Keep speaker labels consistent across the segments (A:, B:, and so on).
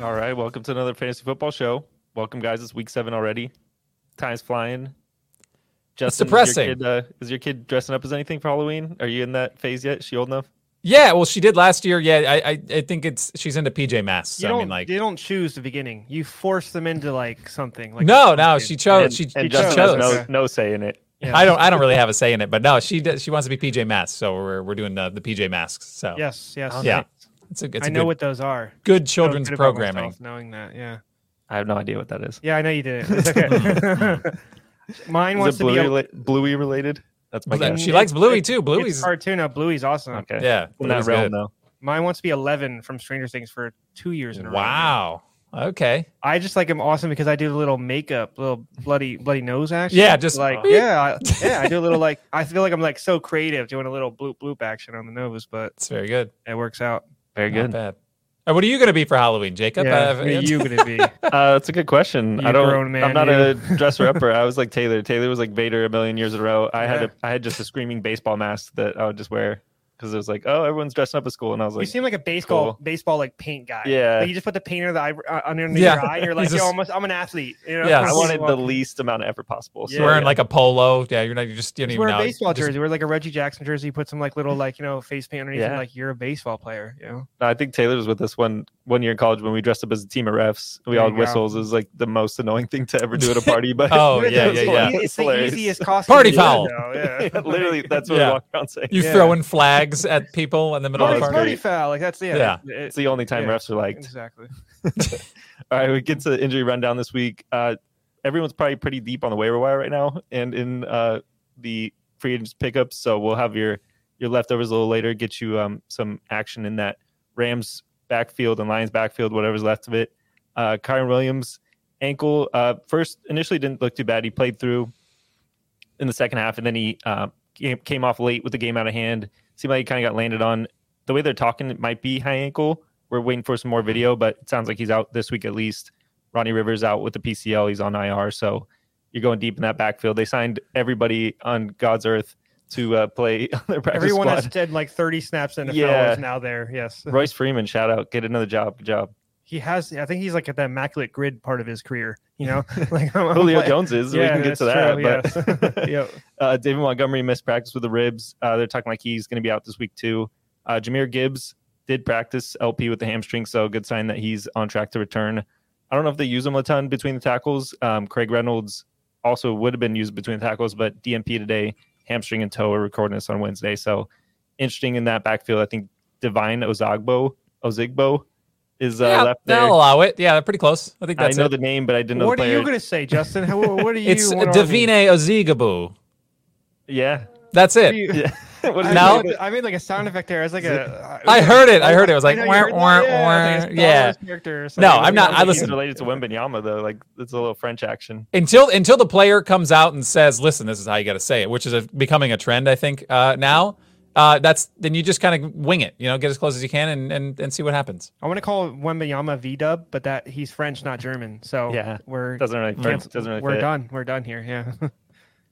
A: right, welcome to another fantasy football show. Welcome, guys. It's week seven already. Time's flying. Justin,
B: depressing.
A: Is your, kid, uh, is your kid dressing up as anything for Halloween? Are you in that phase yet? Is she old enough?
B: Yeah, well, she did last year. Yeah, I, I, I think it's she's into PJ Masks.
C: You
B: I
C: don't,
B: mean, like,
C: you don't choose the beginning. You force them into like something. Like
B: no, no, she chose.
A: and,
B: she,
A: and
B: she
A: Justin
B: chose.
A: has
C: Okay.
A: no, no say in it.
C: Yeah.
B: I don't, I don't really have a say in it, but no, she does, she wants to be PJ Masks, so we're we're doing the, the PJ Masks. So
C: Yes, yes.
B: yeah, it's a, it's
C: I
B: a
C: know
B: good,
C: what those are.
B: good children's
C: Feel good about
B: programming.
C: myself Knowing that, yeah,
A: I have no idea what that is.
C: yeah, I know you did it. It's okay. Mine wants
A: Is it
C: to be
A: Bluey,
C: a
A: rela- Bluey related? That's my
B: Well,
A: guess.
B: She likes Bluey
C: it's-
B: too.
C: it's
B: Bluey's
C: cartoon. Now Bluey's awesome.
A: Okay.
B: yeah,
A: In that
B: Bluey's
A: realm,
B: good.
A: though.
C: Mine wants to be Eleven from Stranger Things for two years in a row.
B: Wow. Okay.
C: I just like him awesome because I do a little makeup, little bloody bloody nose action.
B: Yeah, just-
C: like yeah, I, yeah. I do a little like I feel like I'm like so creative doing a little bloop bloop action on the nose, but
B: It's very good.
C: it works out.
A: Very
B: Not
A: good.
B: bad. Uh, what are you going to be for Halloween, Jacob?
C: Yeah,
B: Uh,
C: who are you gonna be?
A: Uh, that's a good question.
C: You
A: I don't.
C: grown man,
A: I'm not
C: you.
A: a dresser upper. I was like Taylor. Taylor was like Vader a million years in a row. I had
C: Yeah.
A: a, I had just a screaming baseball mask that I would just wear because it was like, oh, everyone's dressing up at school, and I was
C: you
A: like,
C: seem like a baseball
A: cool.
C: baseball like paint guy.
A: Yeah.
C: like, you just put the paint under the eye, uh, underneath
B: Yeah.
C: your eye, and you're like,
B: He's
C: yo,
B: just-
C: I'm, a, I'm an athlete. You know?
A: I
B: Yeah, Yes.
A: wanted the
C: Walk-
A: least amount of effort possible.
C: Yeah.
A: So,
B: wearing like a polo. Yeah, you're not. You just you don't
C: Just
B: even
C: wear a
B: know.
C: baseball
B: Just-
C: jersey. Wear like a Reggie Jackson jersey. Put some like little like you know face paint underneath.
A: Yeah.
C: And, like you're a baseball player. You know.
A: No, I think Taylor was with us one one year in college when we dressed up as a team of refs. We
C: There
A: all
C: you
A: had
C: go.
A: whistles. It was like the most annoying thing to ever do at a party. But
B: Oh,
A: it
B: yeah,
A: was
B: yeah,
C: It's the
B: yeah.
A: hilarious.
C: e- It's the
A: Hilarious.
C: easiest costume.
B: Party
C: to wear,
B: foul.
C: though, Yeah.
A: Yeah, Literally, that's what
B: Yeah.
A: we walk around saying.
B: You
C: Yeah.
B: throwing flags at people in the middle
C: Party,
B: of the
A: That's
B: party.
C: party
A: great.
C: foul. Like that's yeah.
B: Yeah.
C: it- it-
A: It's the only time
C: Yeah.
A: refs are like,
C: exactly.
A: All right, we get to the injury rundown this week. Uh, everyone's probably pretty deep on the waiver wire right now, and in uh, the free agents pickups. So we'll have your your leftovers a little later. Get you um, some action in that Rams backfield and Lions backfield, whatever's left of it. Uh, Kyron Williams ankle uh, first initially didn't look too bad. He played through in the second half, and then he uh, came, came off late with the game out of hand. Seemed like he kind of got landed on. The way they're talking, it might be high ankle. We're waiting for some more video, but it sounds like he's out this week at least. Ronnie Rivers out with the PCL. He's on IR, so you're going deep in that backfield. They signed everybody on God's earth to uh, play on their practice
C: Everyone
A: squad.
C: has dead like 30 snaps in NFL
A: Yeah.
C: is now there. Yes.
A: Royce Freeman, shout out, get another job. Good job.
C: He has, I think he's like at that immaculate grid part of his career, you know? Like, I'm, I'm
A: Julio
C: play-
A: Jones is.
C: Yeah,
A: we can get to that.
C: that's true,
A: but
C: Yep.
A: Uh, David Montgomery missed practice with the ribs. Uh, they're talking like he's going to be out this week too. Uh, Jameer Gibbs did practice LP with the hamstring, so good sign that he's on track to return. I don't know if they use him a ton between the tackles. Um, Craig Reynolds also would have been used between the tackles, but DMP today, hamstring and toe. We're recording this on Wednesday, so interesting in that backfield. I think Divine Ozogbo Ozigbo is uh,
B: yeah,
A: left
B: they'll
A: there.
B: allow it. Yeah, they're pretty close. I think
A: I
B: that's
A: know
B: it.
A: the name, but I didn't know
C: What
A: the
C: are
A: player.
C: you going to say, Justin? How, what are you?
B: it's
C: what are we-
B: Davine Ozigabo.
A: Yeah.
B: That's
C: what are
B: it.
C: you-
A: yeah. what
C: I,
A: is
B: Now-
A: now?
C: made, I made like a sound effect there. I was like a.
B: I heard it. I heard it. It was like,
C: know you
B: "Wah,
C: heard
B: wah,
C: that.
B: wah."
C: Yeah, it's like a Star
B: Yeah.
C: Wars character or
B: No,
C: something.
B: I'm not- I
A: He's
C: Like,
B: listen-
A: related to Wembenyama though. Like it's a little French action.
B: Until until the player comes out and says, "Listen, this is how you got to say it," which is a, becoming a trend, I think. Uh, now, uh, that's then you just kind of wing it. You know, get as close as you can and and, and see what happens.
C: I want to call Wembayama V Dub, but that he's French, not German. So
A: Yeah.
C: we're
A: Doesn't really
C: can't-
A: fit. Doesn't really
C: we're
A: fit.
C: done. We're done here. Yeah.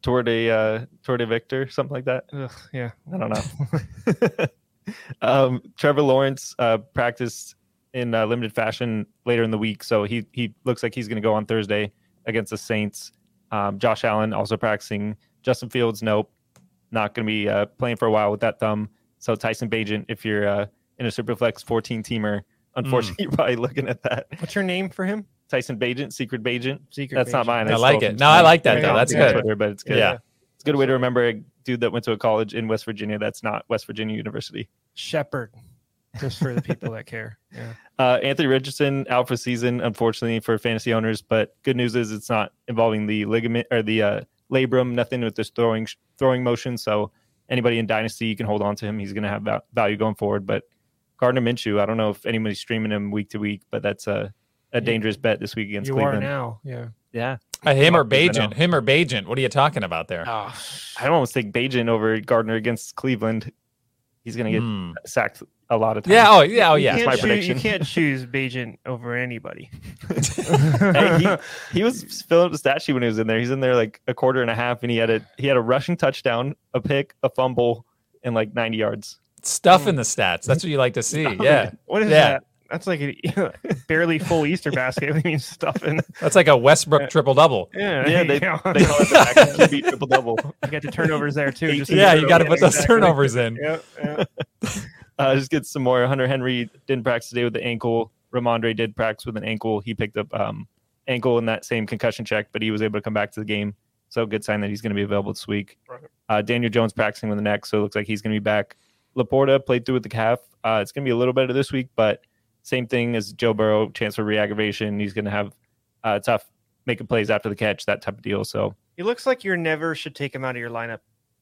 A: Toward a uh, toward a Victor, something like that.
C: Ugh, yeah.
A: I don't know. um, Trevor Lawrence uh, practiced in uh, limited fashion later in the week, so he he looks like he's going to go on Thursday against the Saints. Um, Josh Allen also practicing. Justin Fields, nope, not going to be uh, playing for a while with that thumb. So Tyson Bajent, if you're uh, in a Superflex 14 teamer, unfortunately, you're probably looking at that.
C: What's your name for him?
A: Tyson Bajent, Secret Bajent.
C: Secret.
A: That's not
C: Agent.
A: mine.
B: I
A: stole
B: like
A: from
B: it. No, I like that,
A: somebody.
C: though.
A: Yeah,
C: That's
A: it's on
C: good.
A: Twitter, but it's good.
B: Yeah.
A: It's a good way to remember a dude that went to a college in West Virginia that's not West Virginia University.
C: Shepherd, just for the people that care. Yeah.
A: Uh, Anthony Richardson out for season, unfortunately for fantasy owners. But good news is it's not involving the ligament or the uh, labrum. Nothing with this throwing throwing motion. So anybody in Dynasty, you can hold on to him. He's going to have val- value going forward. But Gardner Minshew, I don't know if anybody's streaming him week to week, but that's a a dangerous bet this week against
C: you are
A: Cleveland.
C: now. Yeah.
A: Yeah,
B: Uh, him or
A: Fuck, I know.
B: Bajent? Him or Bajent? What are you talking about there?
C: Oh,
A: I almost think Bajan over Gardner against Cleveland. He's going to get
B: Hmm.
A: sacked a lot of times.
B: Yeah. Oh yeah. Oh yeah.
C: You
A: my
C: can't, choose, you
A: prediction.
C: can't choose Bajan over anybody.
A: Hey, he, he was filling up the stat sheet when he was in there. He's in there like a quarter and a half, and he had a he had a rushing touchdown, a pick, a fumble, and like ninety yards.
B: Stuff in the stats. That's what you like to see. Hmm. Yeah.
C: What is
B: Yeah.
C: that? that's like a barely full Easter basket. What do you mean stuffing?
B: That's like a Westbrook triple double.
C: Yeah,
A: Yeah, they,
C: you, know,
A: they call it the back and beat triple double.
C: you got the turnovers there too. Just
B: Yeah, you got to put those
C: exactly.
B: turnovers in.
C: Yep, yep.
A: Uh, just get some more. Hunter Henry didn't practice today with the ankle. Ramondre did practice with an ankle. He picked up um, ankle in that same concussion check, but he was able to come back to the game. So good sign that he's going to be available this week.
C: Right.
A: Uh, Daniel Jones practicing with the neck, so it looks like he's going to be back. Laporta played through with the calf. Uh, it's going to be a little better this week, but same thing as Joe Burrow, chance for reaggravation. He's going to have uh, tough making plays after the catch, that type of deal. So
C: He looks like you're never should take him out of your lineup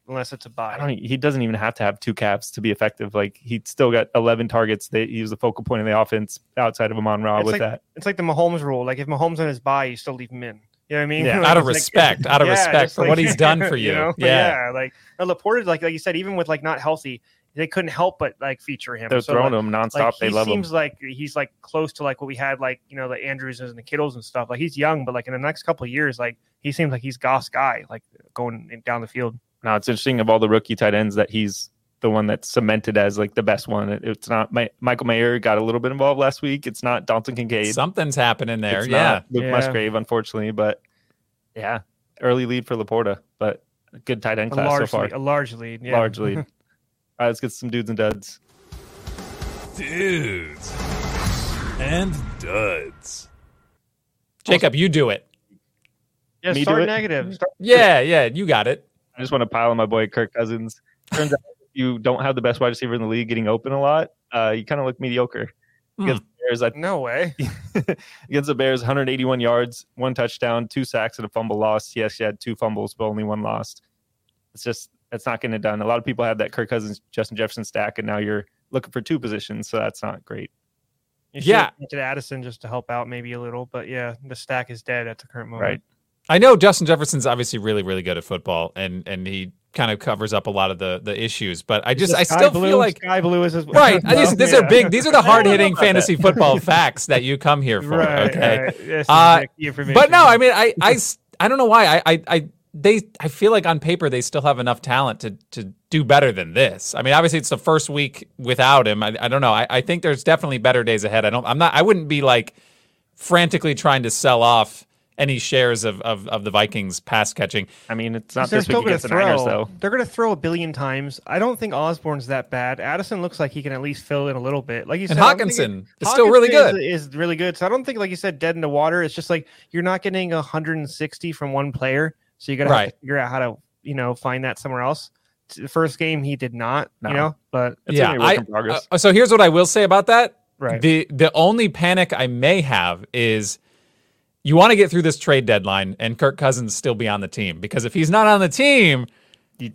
C: unless it's a buy.
A: I don't. He doesn't even have to have two caps to be effective. Like he still got 11 targets. They, he was the focal point of the offense outside of Amon Ra
C: It's
A: with
C: like-
A: that.
B: e-
C: it's like the Mahomes rule. Like if Mahomes on his buy, you still leave him in. You know what I mean?
A: Yeah,
C: Like,
B: Out of
C: it's like-
B: respect, out of
C: Yeah,
B: respect
C: just
B: for
C: like-
B: what he's done for you.
C: know?
B: yeah.
C: like now, Laporta, like like you said, even with like not healthy, they couldn't help but like feature him.
A: They're
C: So,
A: throwing
C: like,
A: him nonstop.
C: like,
A: they
C: he
A: love
C: seems
A: him.
C: like he's like close to like what we had like you know the Andrews and the Kittles and stuff. Like he's young, but like in the next couple of years, like he seems like he's Goss guy, like going in- down the field.
A: Now it's interesting of all the rookie tight ends that he's the one that's cemented as like the best one. It- it's not my, Michael Mayer got a little bit involved last week. It's not Dalton Kincaid.
B: Something's happening there.
A: It's
B: yeah.
A: not Luke
C: Yeah.
A: Musgrave, unfortunately, but yeah, early lead for Laporta, but a good tight end
C: A
A: class so
C: large,
A: far.
C: lead, a large lead, yeah.
A: Large lead. all right, let's get some dudes and duds.
D: Dudes and duds.
B: Jacob, you do it.
C: Yeah,
A: Me do
C: start
A: it?
C: negative. Start-
B: Yeah, yeah, you got it.
A: I just want to pile on my boy Kirk Cousins. Turns out if you don't have the best wide receiver in the league getting open a lot. Uh, you kind of look mediocre.
B: Hmm.
A: Against the Bears, I,
C: no way.
A: against the Bears, 181 yards, one touchdown, two sacks, and a fumble loss. Yes, he had two fumbles, but only one lost. It's just it's not getting it done. A lot of people have that Kirk Cousins, Justin Jefferson stack, and now you're looking for two positions, so that's not great.
C: You
B: Yeah.
C: to Addison just to help out maybe a little, but yeah, the stack is dead at the current moment.
A: Right.
B: I know Justin Jefferson's obviously really, really good at football, and and he kind of covers up a lot of the the issues. But I just, I
C: Sky
B: still
C: blue,
B: feel like
C: sky blue is his
B: right. I just, these are
C: Yeah.
B: big. These are the hard hitting
A: about that.
B: fantasy football facts that you come here for.
C: Right,
B: okay.
C: right. This is
B: Uh,
C: like key information.
B: But no, I mean, I, I, s- I don't know why. I, I, I, they, I feel like on paper they still have enough talent to to do better than this. I mean, obviously it's the first week without him. I, I don't know. I, I think there's definitely better days ahead. I don't. I'm not. I wouldn't be like frantically trying to sell off any shares of of, of the Vikings pass catching.
A: I mean, it's not
C: They're
A: this week
C: still gonna
A: against the Niners,
C: throw.
A: though.
C: They're going to throw a billion times. I don't think Osborne's that bad. Addison looks like he can at least fill in a little bit. Like you
B: And
C: said, I don't think it-
B: Hawkinson is still really
C: Hawkinson
B: good.
C: Is, is really good. So I don't think, like you said, dead in the water. It's just like you're not getting 160 from one player. So you got to have
B: Right.
C: to figure out how to, you know, find that somewhere else. T- The first game he did not,
A: No.
C: you know, but
A: It's
B: Yeah,
A: only a work
B: I-
A: in progress.
B: Uh, so here's what I will say about that.
C: Right.
B: The the only panic I may have is you want to get through this trade deadline and Kirk Cousins still be on the team because if he's not on the team,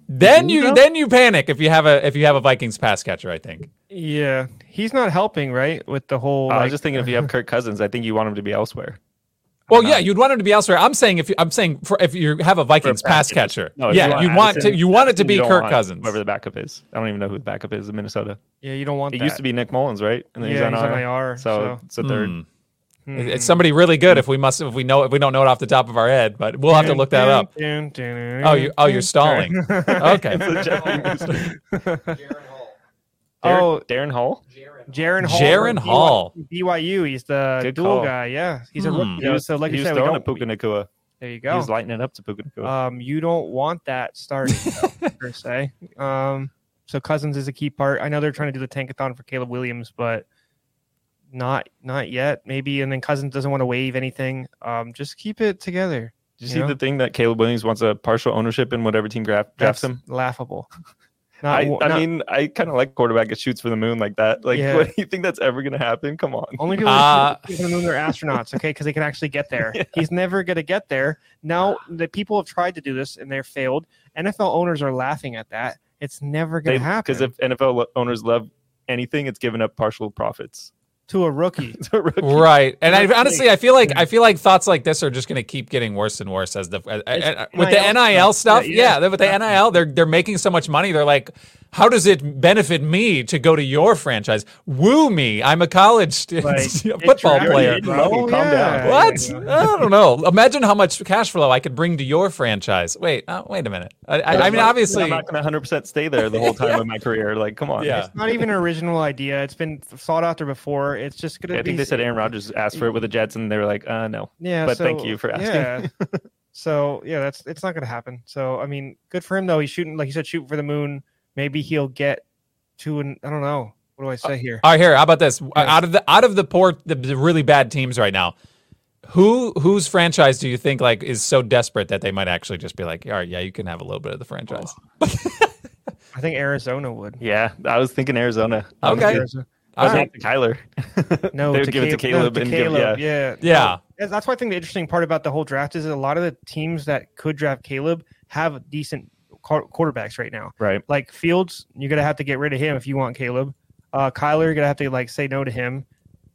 B: then you
A: know?
B: then you panic if you have a if you have a Vikings pass catcher. I think.
C: yeah, he's not helping, right? With the whole.
A: I
C: like-
A: was Uh, just thinking if you have Kirk Cousins, I think you want him to be elsewhere.
B: Well, yeah, you'd want him to be elsewhere. I'm saying if you, I'm saying for, if you have a Vikings
A: pass
B: pass catcher,
A: No, if you
B: yeah,
A: want
B: you want
A: Addison-
B: to you want it to
A: You
B: be
A: don't
B: Kirk
A: want
B: Cousins.
A: Whoever the backup is. I don't even know who the backup is in Minnesota.
C: yeah, you don't want
A: It
C: that.
A: used to be Nick Mullins, right? And then
C: yeah,
A: he's on IR.
C: IR.
A: So,
C: So,
A: it's a third.
B: Hmm. It's somebody really good if we must if we know if we don't know it off the top of our head, but we'll have to look that up.
C: Oh,
B: Oh, you oh you're stalling. Oh, Okay.
A: It's a Jeffrey Booster. Darren,
C: Oh,
A: Darren Hall.
C: Jaron Hall.
B: Jaron
C: from
B: Hall.
C: BYU. He's the
A: Good
C: dual
A: call.
C: guy. Yeah, he's
B: Hmm.
C: a rookie.
A: He
C: though,
A: was,
C: so, like
A: he
C: you
A: was
C: said, we
A: throwing
C: don't,
A: at Puka Nakua.
C: there you
A: He
C: go.
A: was uh, lighting it up to Puka Nakua.
C: Um, you don't want that starting though, per se. Um, so Cousins is a key part. I know they're trying to do the tankathon for Caleb Williams, but not not yet. Maybe and then Cousins doesn't want to waive anything. Um, just keep it together.
A: Did you see
C: yeah.
A: the thing that Caleb Williams wants a partial ownership in whatever team draft, drafts
C: That's
A: him?
C: laughable. Not,
A: I,
C: wa-
A: I
C: not-
A: mean, I kind of like quarterback that shoots for the moon like that. Like,
C: Yeah.
A: what do you think that's ever going to happen? Come on.
C: Only people
B: Uh,
C: uh, on the moon are astronauts, okay? Because they can actually get there. He's never going to get there. Now the people have tried to do this and they're failed. NFL owners are laughing at that. It's never going to happen
A: Because if NFL lo- owners love anything, it's giving up partial profits.
C: to a rookie.
A: It's a rookie.
B: Right, and I,
C: Honestly.
B: honestly, I feel like I feel like thoughts like this are just going to keep getting worse and worse as the uh, uh, uh, with the
C: NIL
B: NIL stuff.
C: stuff,
B: Yeah,
C: yeah,
B: with the NIL, they're they're making so much money. They're like, how does it benefit me to go to your franchise? Woo me! I'm a college st-
C: Like,
B: football
C: it's your
B: player.
C: kid,
A: Calm
C: bro.
A: down.
C: Yeah.
B: What?
C: You know?
B: I don't know. Imagine how much cash flow I could bring to your franchise. Wait, uh, wait a minute. I, I, I mean,
A: I'm
B: obviously,
A: not going to 100% stay there the whole time of my career. Like, come on.
B: yeah.
C: Not even an original idea. It's been thought out there before. It's just gonna.
A: I
C: be,
A: think they said Aaron Rodgers asked for it with the Jets, and they were like, uh, no.
C: Yeah,
A: but
C: so-
A: thank you for asking.
C: Yeah. so yeah, that's it's not gonna happen. So I mean, good for him though. He's shooting like you said, shooting for the moon. Maybe he'll get to an I don't know. What do I
A: Uh,
C: say here?
B: All right, here. How about this? Uh, Out of the out of the poor, the, the really bad teams right now, who whose franchise do you think like is so desperate that they might actually just be like, all right, yeah, you can have a little bit of the franchise.
C: Oh, I think Arizona would.
A: Yeah, I was thinking Arizona.
B: Okay.
C: Arizona.
A: I was
B: All right.
A: thinking Kyler.
C: No,
A: They would give it to Caleb
C: no,
A: and give-
C: Caleb, yeah.
B: Yeah.
C: That's- That's why I think the interesting part about the whole draft is that a lot of the teams that could draft Caleb have decent quar- quarterbacks right now.
A: Right.
C: Like Fields, you're gonna have to get rid of him if you want Caleb. Uh, Kyler, you're gonna have to like say no to him.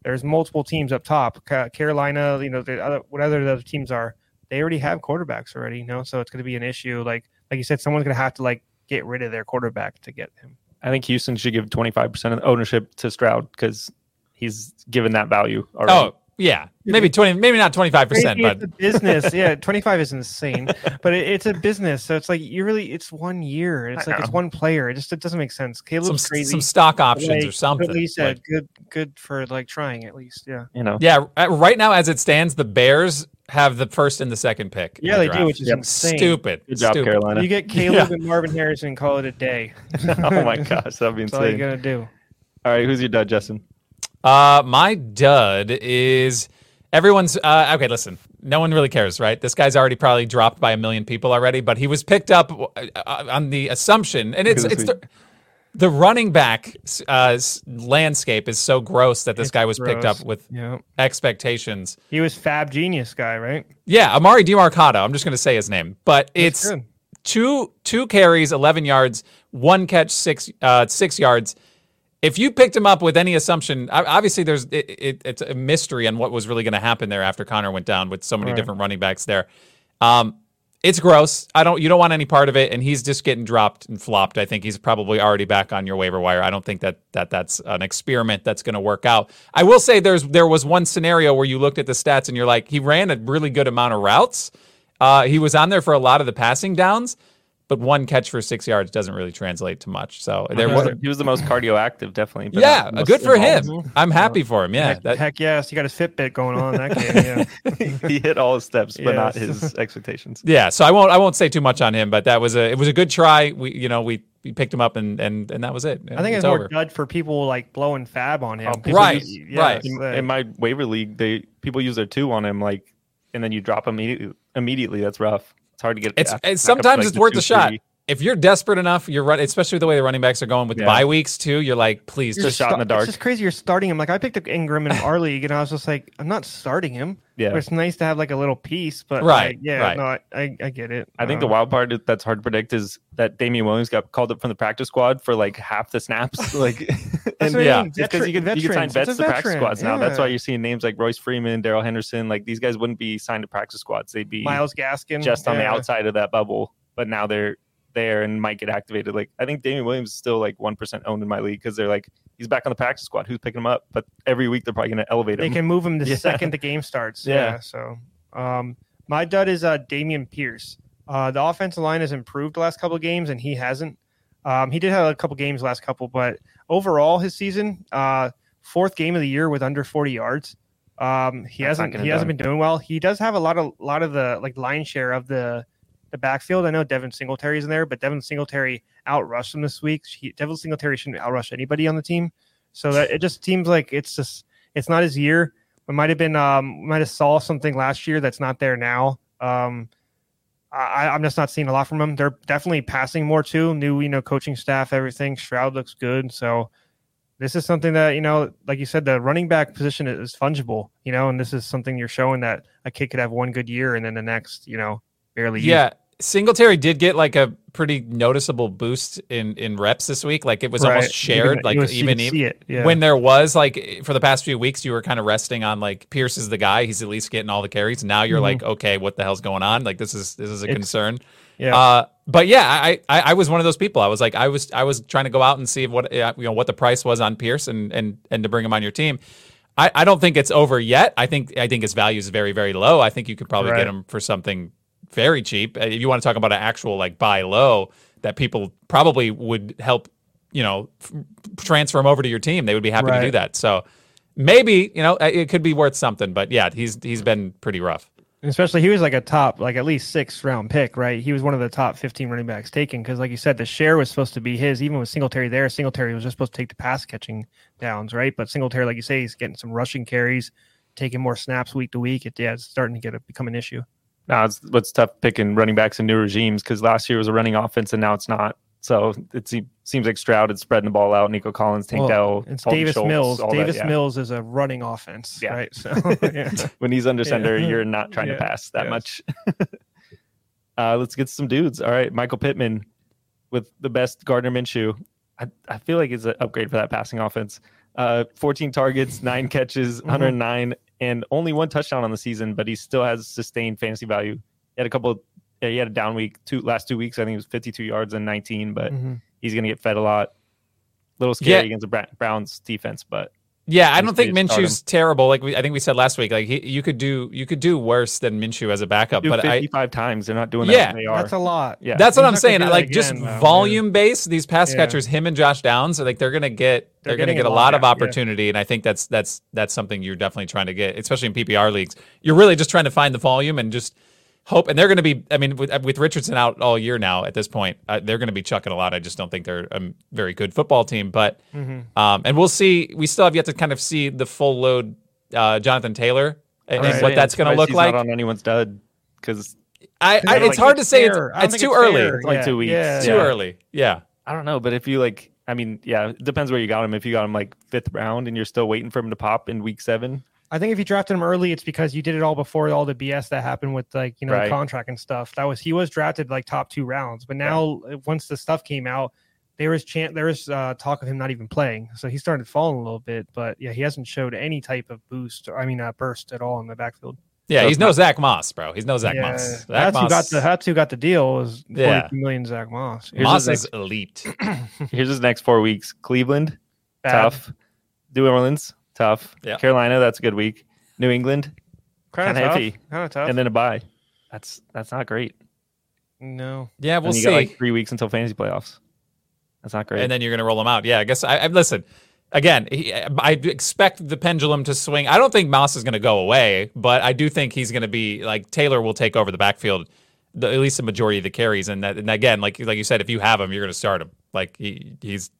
C: There's multiple teams up top. Ca- Carolina, you know, the other, whatever the other teams are, they already have quarterbacks already. You know, so it's gonna be an issue. Like like you said, someone's gonna have to like get rid of their quarterback to get him.
A: I think Houston should give 25% of the ownership to Stroud because he's given that value already.
B: Oh yeah, maybe twenty, maybe not twenty five percent,
C: Crazy,
B: but
C: it's a business. yeah, twenty five is insane, but it, it's a business, so it's like you really it's one year. It's
A: I
C: like it's
A: know.
C: one player. It just it doesn't make sense.
B: some
C: Caleb's crazy.
B: some stock options
C: Like,
B: or something.
C: At least uh,
B: Like-
C: good good for like trying at least. Yeah.
A: you know,
B: yeah, uh, right now as it stands, the Bears have the first and the second pick. in
C: Yeah,
B: the
C: they do,
B: draft.
C: which is
A: Yep.
C: insane.
B: Stupid.
A: good job,
B: Stupid.
A: Carolina.
C: You get Caleb and Marvin Harrison and call it a day.
A: oh my gosh, that'd be
C: That's all you're
A: insane.
C: gonna do.
A: All right, who's your dud, Justin?
B: Uh, my dud is everyone's. Uh, okay, listen, no one really cares, right? This guy's already probably dropped by a million people already, but he was picked up uh, uh, on the assumption, and it's
A: Because
B: it's
A: we-
B: the, the running back uh, s- landscape is so gross that this
C: It's
B: guy was picked up
C: gross.
B: with
C: Yeah.
B: expectations.
C: He was Fab Genius guy, right?
B: Yeah, Amari DiMarcado. I'm just going to say his name, but it's
C: good.
B: two two carries, eleven yards, one catch, six uh, six yards. If you picked him up with any assumption, o- obviously there's it, it, it's a mystery on what was really going to happen there after Connor went down with so many
C: Right.
B: different running backs there. Um, it's gross. I don't you don't want any part of it, and he's just getting dropped and flopped. I think he's probably already back on your waiver wire. I don't think that that that's an experiment that's going to work out. I will say there's there was one scenario where you looked at the stats and you're like, he ran a really good amount of routes. Uh, he was on there for a lot of the passing downs, but one catch for six yards doesn't really translate to much. So there
A: he,
B: was,
A: was the, he was the most cardioactive, definitely. but
B: yeah,
A: not the most
B: good for
A: involved.
B: him. I'm happy for him. Yeah,
C: heck,
B: that-
C: heck yes, he got his Fitbit going on in that game. Yeah.
A: he hit all his steps, but not
C: Yes.
A: his expectations.
B: yeah. So I won't I won't say too much on him, but that was a it was a good try. We you know we, we picked him up and and and that was it.
C: I think it's,
B: over.
C: more dud for people like blowing Fab on him.
A: Oh,
C: People
B: right,
C: just-
B: right.
A: In,
C: that-
A: in my waiver league, they people use their two on him, like, and then you drop him immediately. Immediately, that's rough. It's hard to get.
B: It's,
A: back- back up
B: it's
A: to,
B: sometimes
A: like,
B: it's
A: the
B: worth
A: two,
B: a shot.
A: three.
B: If you're desperate enough, you're run, especially the way the running backs are going with
A: Yeah.
B: bye weeks too. You're like, please
A: It's a
B: just
A: shot in the
C: Sta-
A: dark.
C: It's just crazy. You're starting him. Like I picked up Ingram in our league, and I was just like, I'm not starting him.
A: Yeah.
C: But it's nice to have like a little piece. But
B: Right,
C: like, yeah,
B: right.
C: no, I, I, I get it.
A: I think the
C: Um,
A: wild part that's hard to predict is that Damian Williams got called up from the practice squad for like half the snaps. Like,
C: That's what I
B: yeah,
C: mean,
A: because you
C: veteran-
A: can, you can sign
C: veterans. It's a
A: vets to practice
C: veteran,
A: squads now. That's why
C: yeah.
A: you're seeing names like Royce Freeman, Daryl Henderson. Like these guys wouldn't be signed to practice squads. They'd be
C: Miles Gaskin
A: E just on the
C: yeah.
A: outside of that bubble, but now they're there and might get activated. Like I think Damian Williams is still like one percent owned in my league because they're like he's back on the practice squad. Who's picking him up? But every week they're probably going to elevate
C: They
A: him.
C: can move him the
A: Yeah.
C: second the game starts.
A: Yeah.
C: Yeah. So, um, my dud is uh, Damian Pierce. Uh, the offensive line has improved the last couple of games, and he hasn't. Um, he did have a couple games last couple, but overall, his season, uh, fourth game of the year with under 40 yards. Um, he
A: That's not
C: hasn't
A: gonna
C: he hasn't
A: done.
C: been doing well. He does have a lot of lot of the like line share of the the backfield. I know Devin Singletary's in there, but Devin Singletary outrushed him this week. He, Devin Singletary shouldn't outrush anybody on the team. So that it just seems like it's just it's not his year. We might have been um we might have saw something last year that's not there now. Um I, I'm just not seeing a lot from him. They're definitely passing more too. New, you know, coaching staff, everything. Shroud looks good. So this is something that, you know, like you said, the running back position is fungible, you know, and this is something you're showing that a kid could have one good year and then the next, you know, barely. use
B: yeah. Singletary did get like a pretty noticeable boost in in reps this week. Like it was
C: Right.
B: almost shared.
C: You can-
B: like
C: you can
B: even
C: see
B: even
C: it. Yeah.
B: when there was like for the past few weeks, you were kind of resting on like Pierce is the guy. He's at least getting all the carries. Now you're
C: Mhm.
B: like, okay, what the hell's going on? Like this is this is a
C: It's-
B: concern.
C: yeah.
B: Uh, but yeah, I, I I was one of those people. I was like, I was I was trying to go out and see what uh, you know what the price was on Pierce and and and to bring him on your team. I, I don't think it's over yet. I think I think his value is very very low. I think you could probably
C: Right.
B: get him for something very cheap. Uh, If you want to talk about an actual like buy low that people probably would help, you know, f- transfer him over to your team. They would be happy to do
C: Right.
B: that. So maybe you know uh, it could be worth something. But yeah, he's he's been pretty rough.
C: And especially he was like a top like at least six round pick right he was one of the top 15 running backs taken because like you said the share was supposed to be his even with singletary there singletary was just supposed to take the pass catching downs right but singletary like you say he's getting some rushing carries taking more snaps week to week it, yeah it's starting to get a, become an issue
A: Now it's what's tough picking running backs in new regimes because last year was a running offense and now it's not. So it se- seems like Stroud is spreading the ball out. Nico Collins, Tank
C: Well,
A: Dell,
C: it's
A: Dalton
C: davis
A: Schultz,
C: mills
A: all that,
C: davis
A: yeah.
C: mills is a running offense
A: Yeah.
C: right so yeah.
A: When he's under
C: Yeah.
A: center, you're not trying
C: Yeah.
A: to pass that
C: Yes.
A: much. uh, let's get some dudes. All right, Michael Pittman with the best Gardner Minshew. I, I feel like it's an upgrade for that passing offense. Uh, 14 targets, nine catches,
C: Mhm.
A: 109, and only one touchdown on the season, but he still has sustained fantasy value. He had a couple. yeah, he had a down week two last two weeks. I think it was 52 yards and 19, but
C: Mhm.
A: he's going to get fed a lot. little scary
B: Yeah.
A: against the Bra- Browns defense, but
B: Yeah, I
A: He's
B: don't think
A: pretty stardom.
B: Minshew's terrible. Like we, I think we said last week, like he, you could do you could do worse than Minshew as a backup.
A: do
B: But I,
A: 55 times. They're not doing
B: Yeah,
A: that. They are.
C: that's a lot
A: yeah.
B: that's what I'm
C: He's not gonna
B: saying.
C: do that
B: Like just
C: again, though, dude.
B: volume based, these pass
C: Yeah.
B: catchers, him and Josh Downs, are like they're gonna get they're,
C: They're
B: gonna
C: getting
B: get
C: a
B: a lot
C: lot,
B: of
C: yeah.
B: opportunity, and I think that's that's that's something you're definitely trying to get, especially in PPR leagues. You're really just trying to find the volume and just hope. And they're gonna be, I mean, with, with Richardson out all year now at this point, uh, they're gonna be chucking a lot. I just don't think they're a very good football team, but.
C: Mhm.
B: Um, and we'll see. We still have yet to kind of see the full load uh, Jonathan Taylor and,
A: I'm
B: and
A: just
B: what
A: saying,
B: that's going to
A: surprised
B: look
A: he's
B: like.
A: Not on anyone's dud because
B: I, I,
A: I don't think
B: it's hard to
C: it's
B: say. It's,
C: fair. I don't
B: it's
C: think
B: too
C: it's
B: early.
C: fair.
A: It's only
C: Yeah,
A: two weeks.
C: yeah.
B: It's too
A: Yeah.
B: early. Yeah.
A: I don't know, but if you like, I mean, yeah, it depends where you got him. If you got him like fifth round and you're still waiting for him to pop in week seven,
C: I think if you drafted him early, it's because you did it all before all the BS that happened with like you know
A: Right.
C: the contract and stuff. That was he was drafted like top two rounds, but now uh, once the stuff came out, there was chan- there was uh, talk of him not even playing, so he started falling a little bit. But yeah, he hasn't showed any type of boost, or I mean uh, burst at all in the backfield.
B: Yeah.
A: So
B: he's
A: it's
B: no Zach Moss, bro. He's no Zach
C: yeah,
B: Moss. Zach
C: that's who got
B: Moss,
C: the that's who got the deal was
B: Yeah.
C: forty two million Zach Moss.
A: Here's
B: Moss
A: the
B: is elite.
A: here's his next four weeks Cleveland,
C: Bad.
A: tough. New Orleans, tough.
B: Yeah.
A: Carolina, that's a good week. New England,
C: kind
A: kinda
C: of
A: iffy.
C: tough, kind of tough.
A: and then a bye. That's that's not great.
C: no,
B: Yeah, we'll
A: and you
B: see.
A: got like three weeks until fantasy playoffs. That's not great.
B: and then you're going to roll them out. Yeah, I guess I, I listen. Again, he, I expect the pendulum to swing. I don't think Moss is going to go away, but I do think he's going to be like Taylor will take over the backfield, the, at least the majority of the carries. And, that, and again, like like you said, if you have him, you're going to start him. Like he, he's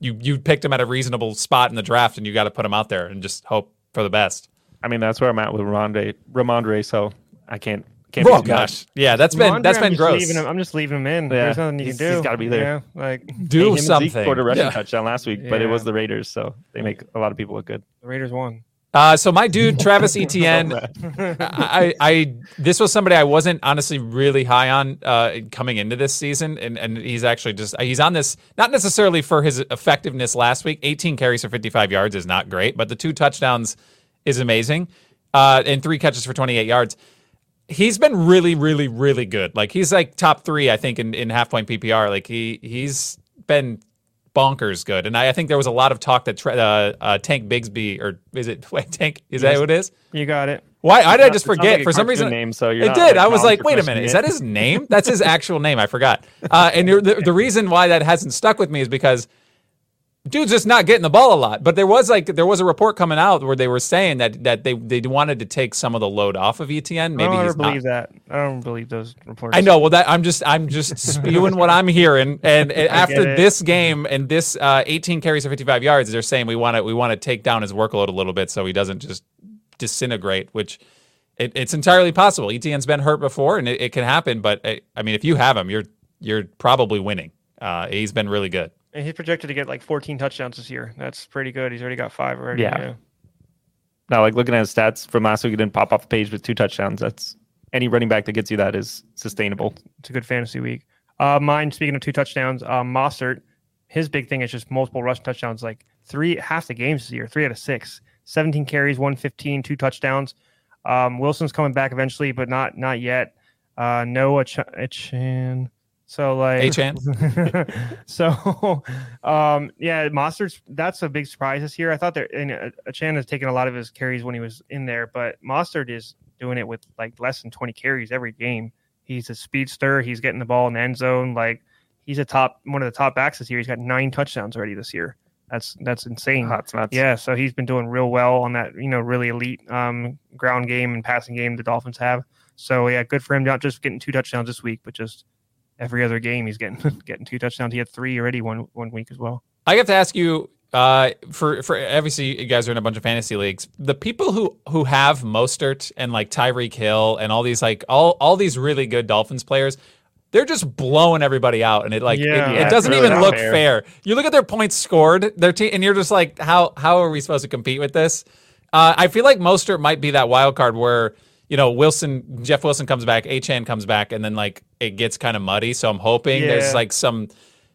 B: you you picked him at a reasonable spot in the draft, and you got to put him out there and just hope for the best.
A: I mean, that's where I'm at with Ramondre. Ramondre, so I can't can't. be
B: Oh
A: too mad.
B: gosh, yeah, that's been
C: Ramondre,
B: that's
C: I'm
B: been
C: just
B: gross.
C: leaving him- I'm just leaving him in.
A: Yeah.
C: There's nothing you
A: He's-
C: can do.
A: he's gotta be there.
C: Yeah, like
A: Hey,
B: Do
A: him and Zeke
B: something.
A: scored a rushing
B: Yeah.
A: touchdown last week, but it
C: Yeah.
A: was the Raiders, so they make a lot of people look good.
C: the Raiders won.
B: Uh, so my dude Travis Etienne,
A: bad.
B: I, I this was somebody I wasn't honestly really high on uh, coming into this season, and and he's actually just he's on this not necessarily for his effectiveness last week. 18 carries for 55 yards is not great, but the two touchdowns is amazing, uh, and three catches for 28 yards. He's been really, really, really good. Like he's like top three, I think, in, in half point PPR. Like he he's been bonkers good, and I, I think there was a lot of talk that tra- uh, uh, Tank Bigsby or is it wait, Tank? Is that
A: Yes.
B: who it is?
C: You got it.
B: Why? Why did I
A: Sounds-
B: just
A: it sounds
B: forget?
A: like a
B: For some
A: cartoon
B: reason,
A: name, so you're
B: it
A: not, like,
B: did. I was
A: wrong
B: like,
A: for
B: wait a
A: questioning
B: minute,
A: it.
B: is that his name? That's his actual name. I forgot. Uh, and you're- the, the reason why that hasn't stuck with me is because dude's just not getting the ball a lot. But there was like there was a report coming out where they were saying that that they they wanted to take some of the load off of ETN. Maybe
C: I don't
B: he's
C: ever
B: not.
C: believe that. I don't believe those reports.
B: I know. Well, that I'm just I'm just spewing what I'm hearing. And, and
C: I get
B: after
C: it.
B: this game and this uh, 18 carries for 55 yards, they're saying we want to we want to take down his workload a little bit so he doesn't just disintegrate. Which it, it's entirely possible. Etn's been hurt before, and it, it can happen. But I, I mean, if you have him, you're you're probably winning. Uh, he's been really good.
C: And he's projected to get like 14 touchdowns this year. That's pretty good. He's already got five already.
A: Yeah. Now, like looking at his stats from last week, he didn't pop off the page with two touchdowns. That's any running back that gets you that is sustainable.
C: It's a good fantasy week. Uh, mine, speaking of two touchdowns, uh, Mossert, his big thing is just multiple rush touchdowns, like three, half the games this year, three out of six, 17 carries, 115, two touchdowns. Um, Wilson's coming back eventually, but not not yet. Uh, Noah Ch- Chan. So like
B: Achan.
C: so um yeah, Mostert's that's a big surprise this year. I thought there and uh, Achan has taken a lot of his carries when he was in there, but Mostert is doing it with like less than 20 carries every game. He's a speedster, he's getting the ball in the end zone like he's a top one of the top backs this year. He's got 9 touchdowns already this year. That's that's insane.
A: That's nuts.
C: Yeah, so he's been doing real well on that, you know, really elite um, ground game and passing game the Dolphins have. So yeah, good for him. Not just getting two touchdowns this week, but just every other game he's getting getting two touchdowns. He had three already one one week as well.
B: I have to ask you uh, for for obviously you guys are in a bunch of fantasy leagues. The people who who have Mostert and like Tyreek Hill and all these like all all these really good Dolphins players. They're just blowing everybody out, and it like it-
C: Yeah,
B: it,
A: it's
B: doesn't
A: really
B: even
A: not
B: look fair.
A: fair.
B: You look at their points scored, their team, and you're just like, how how are we supposed to compete with this? Uh, I feel like Mostert might be that wild card where you know Wilson, Jeff Wilson comes back, Achan comes back, and then like it gets kind of muddy. So I'm hoping there's
C: Yeah.
B: like some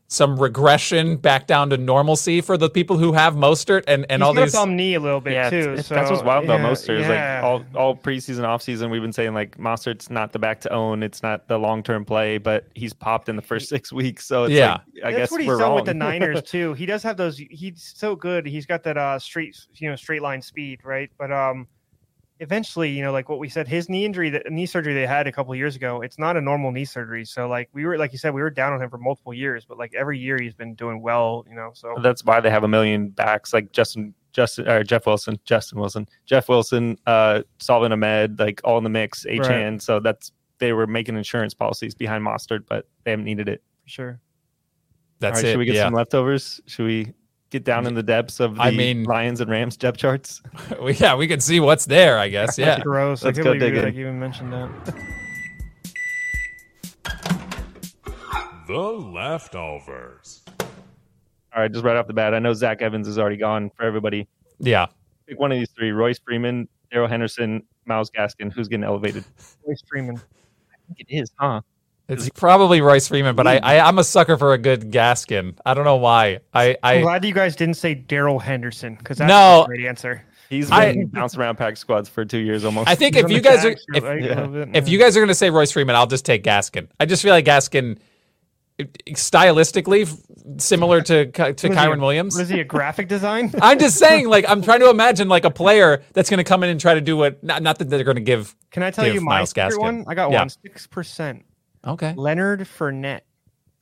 B: some regression back down to normalcy for the people who have Mostert and and
C: he's
B: all
C: got a
B: these.
C: thumb knee a little bit
A: Yeah,
C: too.
A: it's-
C: so,
A: that's what's wild about
C: yeah,
A: Mostert. Is
C: yeah.
A: like all all preseason, offseason, we've been saying like Mostert's not the back to own. It's not the long term play, but he's popped in the first six weeks. So it's
B: Yeah.
A: like, I
C: That's
A: guess
C: what he's
A: we're
C: done
A: wrong.
C: with the Niners too. He does have those. He's so good. He's got that uh straight, you know, straight line speed, right? But um, eventually, you know, like what we said, his knee injury, that knee surgery they had a couple years ago, it's not a normal knee surgery. So like we were, like you said, we were down on him for multiple years, but like every year he's been doing well, you know. So
B: Uh,
A: That's why they have a million backs like Justin, Justin, or Jeff Wilson, Justin Wilson, Jeff Wilson, uh, Solvin Ahmed, like all in the mix, HN.
C: Right.
A: So that's they were making insurance policies behind Mostert, but they haven't needed it.
C: sure.
B: That's
A: All right,
B: it.
A: Should we get
B: yeah.
A: some leftovers? Should we get down in the depths of the
B: I mean-
A: Lions and Rams depth charts?
B: We- yeah, we can see what's there, I guess. Yeah.
C: Gross.
A: Let's
C: I
A: go
C: can't believe you
A: dig
C: like
A: in.
C: even mentioned that.
D: The leftovers.
A: All right, just right off the bat, I know Zach Evans is already gone for everybody.
B: yeah.
A: Pick one of these three: Royce Freeman, Daryl Henderson, Miles Gaskin. Who's getting elevated?
C: Royce Freeman.
A: I think it is, huh?
B: It's probably Royce Freeman, but I, I I'm a sucker for a good Gaskin. I don't know why. I
C: I'm
B: I
C: glad you guys didn't say Daryl Henderson because that's
B: No.
C: a great answer.
A: He's been
B: I-
A: bouncing around pack squads for two years almost.
B: I think
C: He's
B: if
C: on
B: you
C: the
B: guys are
C: Jags,
B: if,
C: right, a
A: yeah.
C: little bit,
B: if
C: yeah.
B: you guys are gonna say Royce Freeman, I'll just take Gaskin. I just feel like Gaskin, stylistically f- similar to Ky- to
C: What is he, a-
B: Kyron Williams.
C: What is he a graphic design?
B: I'm just saying, like I'm trying to imagine like a player that's gonna come in and try to do what. Not, not that they're gonna give.
C: Can I tell
B: Give
C: you my
B: Miles
C: favorite
B: Gaskin.
C: one? I got
B: Yeah.
C: one six percent.
B: Okay.
C: Leonard Fournette.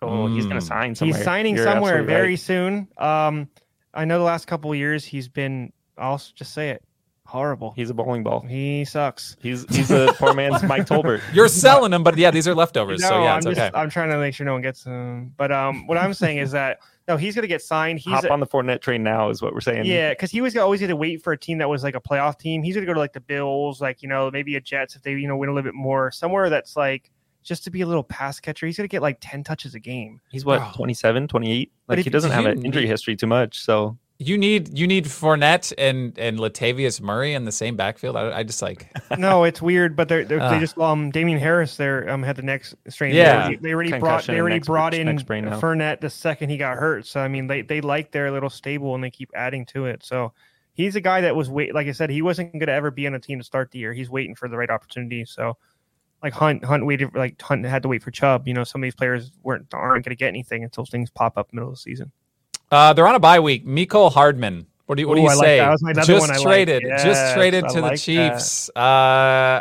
A: oh, he's gonna
B: Mm.
A: sign somewhere.
C: He's signing
A: You're
C: somewhere
A: absolutely
C: very
A: right.
C: soon. Um, I know the last couple of years he's been. I'll s- just say it, horrible.
A: He's a bowling ball.
C: He sucks.
A: He's he's a poor man's Mike Tolbert.
B: You're selling them, but yeah, these are leftovers, so yeah,
C: I'm
B: it's
C: just-
B: okay.
C: I'm trying to make sure no one gets him. But um, what I'm saying is that no, he's gonna get signed. He's
A: Hop
C: a-
A: on the Fournette train now is what we're saying.
C: yeah, because he was always gonna wait for a team that was like a playoff team. He's gonna go to like the Bills, like you know maybe a Jets if they you know win a little bit more somewhere that's like just to be a little pass catcher. He's gonna get like ten touches a game.
A: He's what,
B: Bro.
A: 27, 28?
C: But
A: Like
C: if
A: he doesn't have
B: you
A: an injury
B: need-
A: history too much. So
B: You need you need Fournette and and Latavius Murray in the same backfield. I, I just like
C: no, it's weird, but they're, they're,
B: Ah.
C: they just um Damien Harris there um had the next strain.
B: Yeah.
C: they already, they already brought
A: Concussion
C: they already
A: and neck-
C: brought
A: neck
C: in
A: sprain now.
C: Fournette the second he got hurt. So I mean they they like their little stable and they keep adding to it. So he's a guy that was wait like I said he wasn't going to ever be on a team to start the year. He's waiting for the right opportunity. So like Hunt Hunt waited like Hunt had to wait for Chubb. You know some of these players weren't aren't going to get anything until things pop up middle of the season.
B: Uh, they're on a bye week. Miko Hardman. What do you, what do
C: Ooh,
B: you
C: I like
B: say?
C: that. That was my- another
B: just
C: one I liked.
B: traded, just
C: Yes,
B: traded
C: I
B: to the
C: like that.
B: Chiefs. Uh,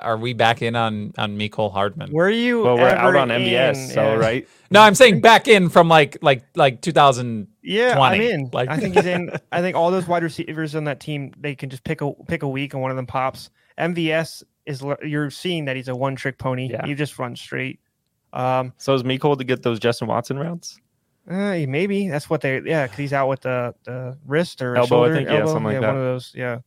B: are we back in on on Miko Hardman?
C: Were you?
A: well we're out
C: ever
A: on MBS,
C: in-
A: so
C: yeah.
A: right?
B: no, I'm saying back in from like like like 2000.
C: Yeah,
B: 20.
C: I'm in.
B: Like-
C: I think he's in. I think all those wide receivers on that team, they can just pick a pick a week and one of them pops. MVS is l- you're seeing that he's a one trick pony.
A: Yeah.
C: He just runs straight. Um,
A: So is Miko to get those Justin Watson rounds?
C: eh, maybe that's what they. Yeah, because he's out with the the wrist or
A: Elbow, I
C: shoulder,
A: think. Yeah,
C: elbow.
A: something like
C: yeah
A: that.
C: one of those. Yeah.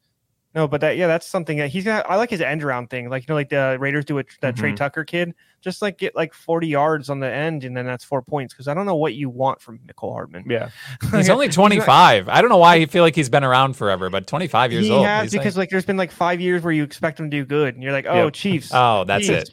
C: No, but that yeah, that's something that he's got. I like his end around thing. Like you know, like the Raiders do with that Trey
A: Mhm.
C: Tucker kid. Just like get like 40 yards on the end, and then that's four points. Because I don't know what you want from Nicole Hardman.
A: Yeah.
B: He's only 25. I don't know why I feel like he's been around forever, but 25 years
C: he
B: old.
C: has
B: he's
C: because like, there's been like five years where you expect him to do good, and you're like, oh,
A: Yep.
C: Chiefs.
B: like, oh, that's
C: Jeez,
B: it.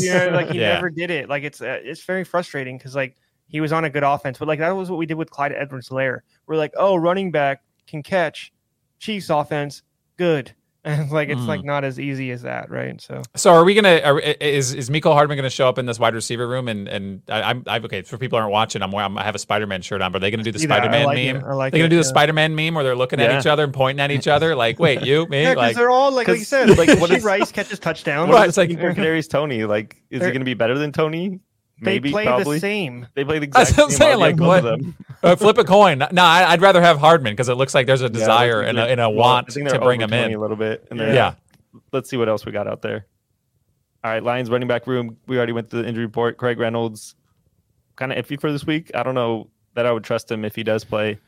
B: Yes.
C: you know, like he
B: Yeah.
C: never did it. Like it's uh, it's very frustrating because like he was on a good offense, but like that was what we did with Clyde edwards helaire We're like, oh, running back can catch, Chiefs offense good, and like it's
B: Mm.
C: like not as easy as that, right? So
B: So are we gonna? Are, is is Miko Hardman gonna show up in this wide receiver room? And and I, I'm I, okay. For people who aren't watching, I'm, wearing- I'm I have a Spider Man shirt on. But are they gonna do the
C: See that, I
B: Spider Man
C: like it,
B: meme?
C: I like
B: they're gonna
C: it,
B: do the
C: yeah.
B: Spider Man meme where they're looking at
A: Yeah.
B: each other and pointing at each other. Like, wait, you, me,
C: yeah, because
B: like.
C: they're all like, like you
A: 'cause-
C: said, like
A: what
C: Rasheed
A: is-
C: Rice catches touchdowns.
B: Right,
A: What
B: it's
A: is
B: like-
A: like Canaries Tony? Like, is
C: They're-
A: he going to be better than Tony?
C: They
A: Maybe,
C: play
A: probably.
C: the same.
A: They play the
B: That's
A: exact
B: what I'm
A: same.
B: saying,
A: audio,
B: like,
A: both
B: what-
A: of them.
B: Uh, flip a coin. No, I, I'd rather have Hardman because it looks like there's a
A: Yeah,
B: desire
A: I
B: and,
A: think
B: a,
A: they're-
B: and a
A: well, I
B: want
A: think
B: to
A: they're
B: bring him
A: overdoing
B: in.
A: a little bit. And
B: Yeah.
A: they're- let's see what else we got out there. All right, Lions running back room. We already went through the injury report. Craig Reynolds, kind of iffy for this week. I don't know that I would trust him if he does play.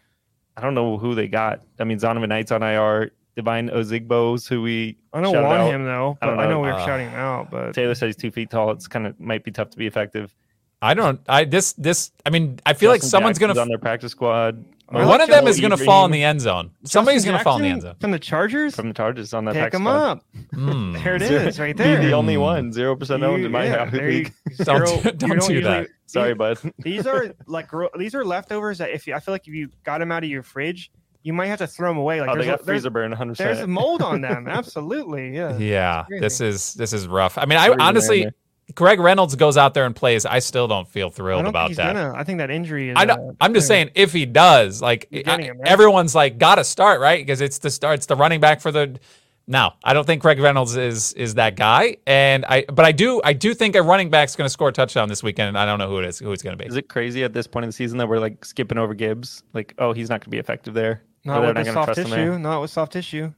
A: I don't know who they got. I mean, Zonovan Knight's on IR. Divine Ozigbo's who we
C: I don't
A: shouted
C: want
A: out.
C: him though.
A: I
C: But I,
A: don't
C: know.
A: know.
C: we were
B: Ah.
C: shouting him out, but
A: Taylor says he's two feet tall. It's kind of might be tough to be effective.
B: I don't. I this this. I mean, I feel like
A: Justin
B: someone's
A: Jackson's
B: gonna.
A: on their practice squad.
C: I
B: One
C: like
B: of them
A: Jamal
B: is gonna
A: Ibrahim
B: fall in the end zone. Somebody's
C: Justin
B: gonna fall in the end
C: Jackson
B: zone.
C: from the Chargers.
A: from the Chargers on that
C: Pick
A: practice
C: him
A: squad.
C: up.
B: Hmm.
C: There it
A: Zero-
C: is, right
A: Be the
C: there.
A: only
B: Mm.
A: one, zero percent owned in my
C: yeah,
A: house
C: there you-
A: league.
B: Don't
C: zero-
B: do-
C: you
B: don't do
C: usually-
B: that.
A: Sorry, bud.
C: these are like gro- these are leftovers that if you, I feel like if you got them out of your fridge, you might have to throw them away. Like
A: oh, they
C: there's,
A: got
C: a, there's,
A: freezer burn 100.
C: there's
A: percent
C: mold on them. Absolutely, yeah.
B: Yeah,
C: Crazy.
B: this is this is rough. I mean, I
A: Throw your man
B: honestly,
A: there.
B: Greg Reynolds goes out there and plays. I still don't feel
C: I
B: thrilled
C: don't think
B: about
C: he's
B: that.
C: gonna. I think that injury is.
B: I
C: uh,
B: don't, I'm just
C: yeah.
B: saying, if he does, like
C: You're
B: I-
C: getting him, right?
B: everyone's like, got to start right because it's the start. It's the running back for the. No, I don't think Greg Reynolds is is that guy, and I but I do I do think a running back's going to score a touchdown this weekend, and I don't know who it is who it's going to be.
A: Is it crazy at this point in the season that we're like skipping over Gibbs? Like, oh, he's not going to be effective there.
C: not
A: Or
C: with
A: they're
C: the
A: gonna
C: soft
A: him eh? there.
C: tissue. Not with soft tissue.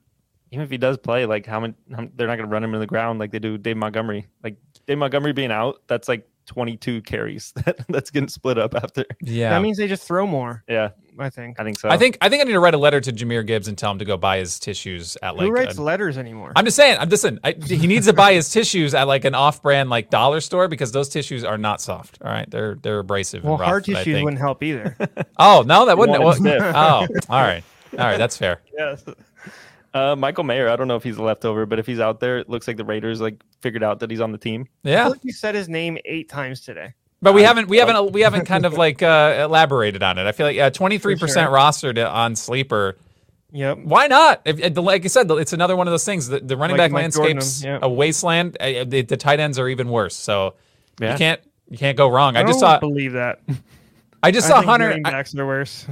A: Even if he does play, like how many? How, they're not going to run him in the ground like they do Dave Montgomery. Like Dave Montgomery being out, that's like 22 carries that, that's getting split up after.
B: Yeah,
C: That means they just throw more.
A: Yeah,
C: I think.
A: I think so.
B: I think I think I need to write a letter to Jameer Gibbs and tell him to go buy his tissues at like
C: Who writes
B: a-
C: letters anymore?
B: I'm just saying. I'm listen. I, he needs to buy his tissues at like an off-brand like dollar store because those tissues are not soft. All right, they're they're abrasive.
C: well,
B: and rough,
C: hard
B: I
C: tissues
B: think.
C: wouldn't help either.
B: Oh no, that wouldn't.
A: want
B: well-
A: him stiff.
B: oh, all right, all right. That's fair.
C: yes.
A: uh, Michael Mayer. I don't know if he's a leftover, but if he's out there, it looks like the Raiders like figured out that he's on the team.
C: I feel
B: Yeah,
C: like you said his name eight times today.
B: but we haven't we haven't we haven't kind of like uh, elaborated on it. I feel like yeah, 23 percent rostered on sleeper.
C: Yep.
B: Why not? If, if- like you said, it's another one of those things. The, the running
C: Like
B: back
C: Mike Jordan,
B: landscapes
C: yeah.
B: a wasteland. Uh, The, the tight ends are even worse. So
A: Yeah.
B: you can't you can't go wrong. I,
C: don't
B: just saw
C: believe that.
B: I just
C: I
B: saw
C: think
B: Hunter.
C: running
B: I-
C: backs are worse.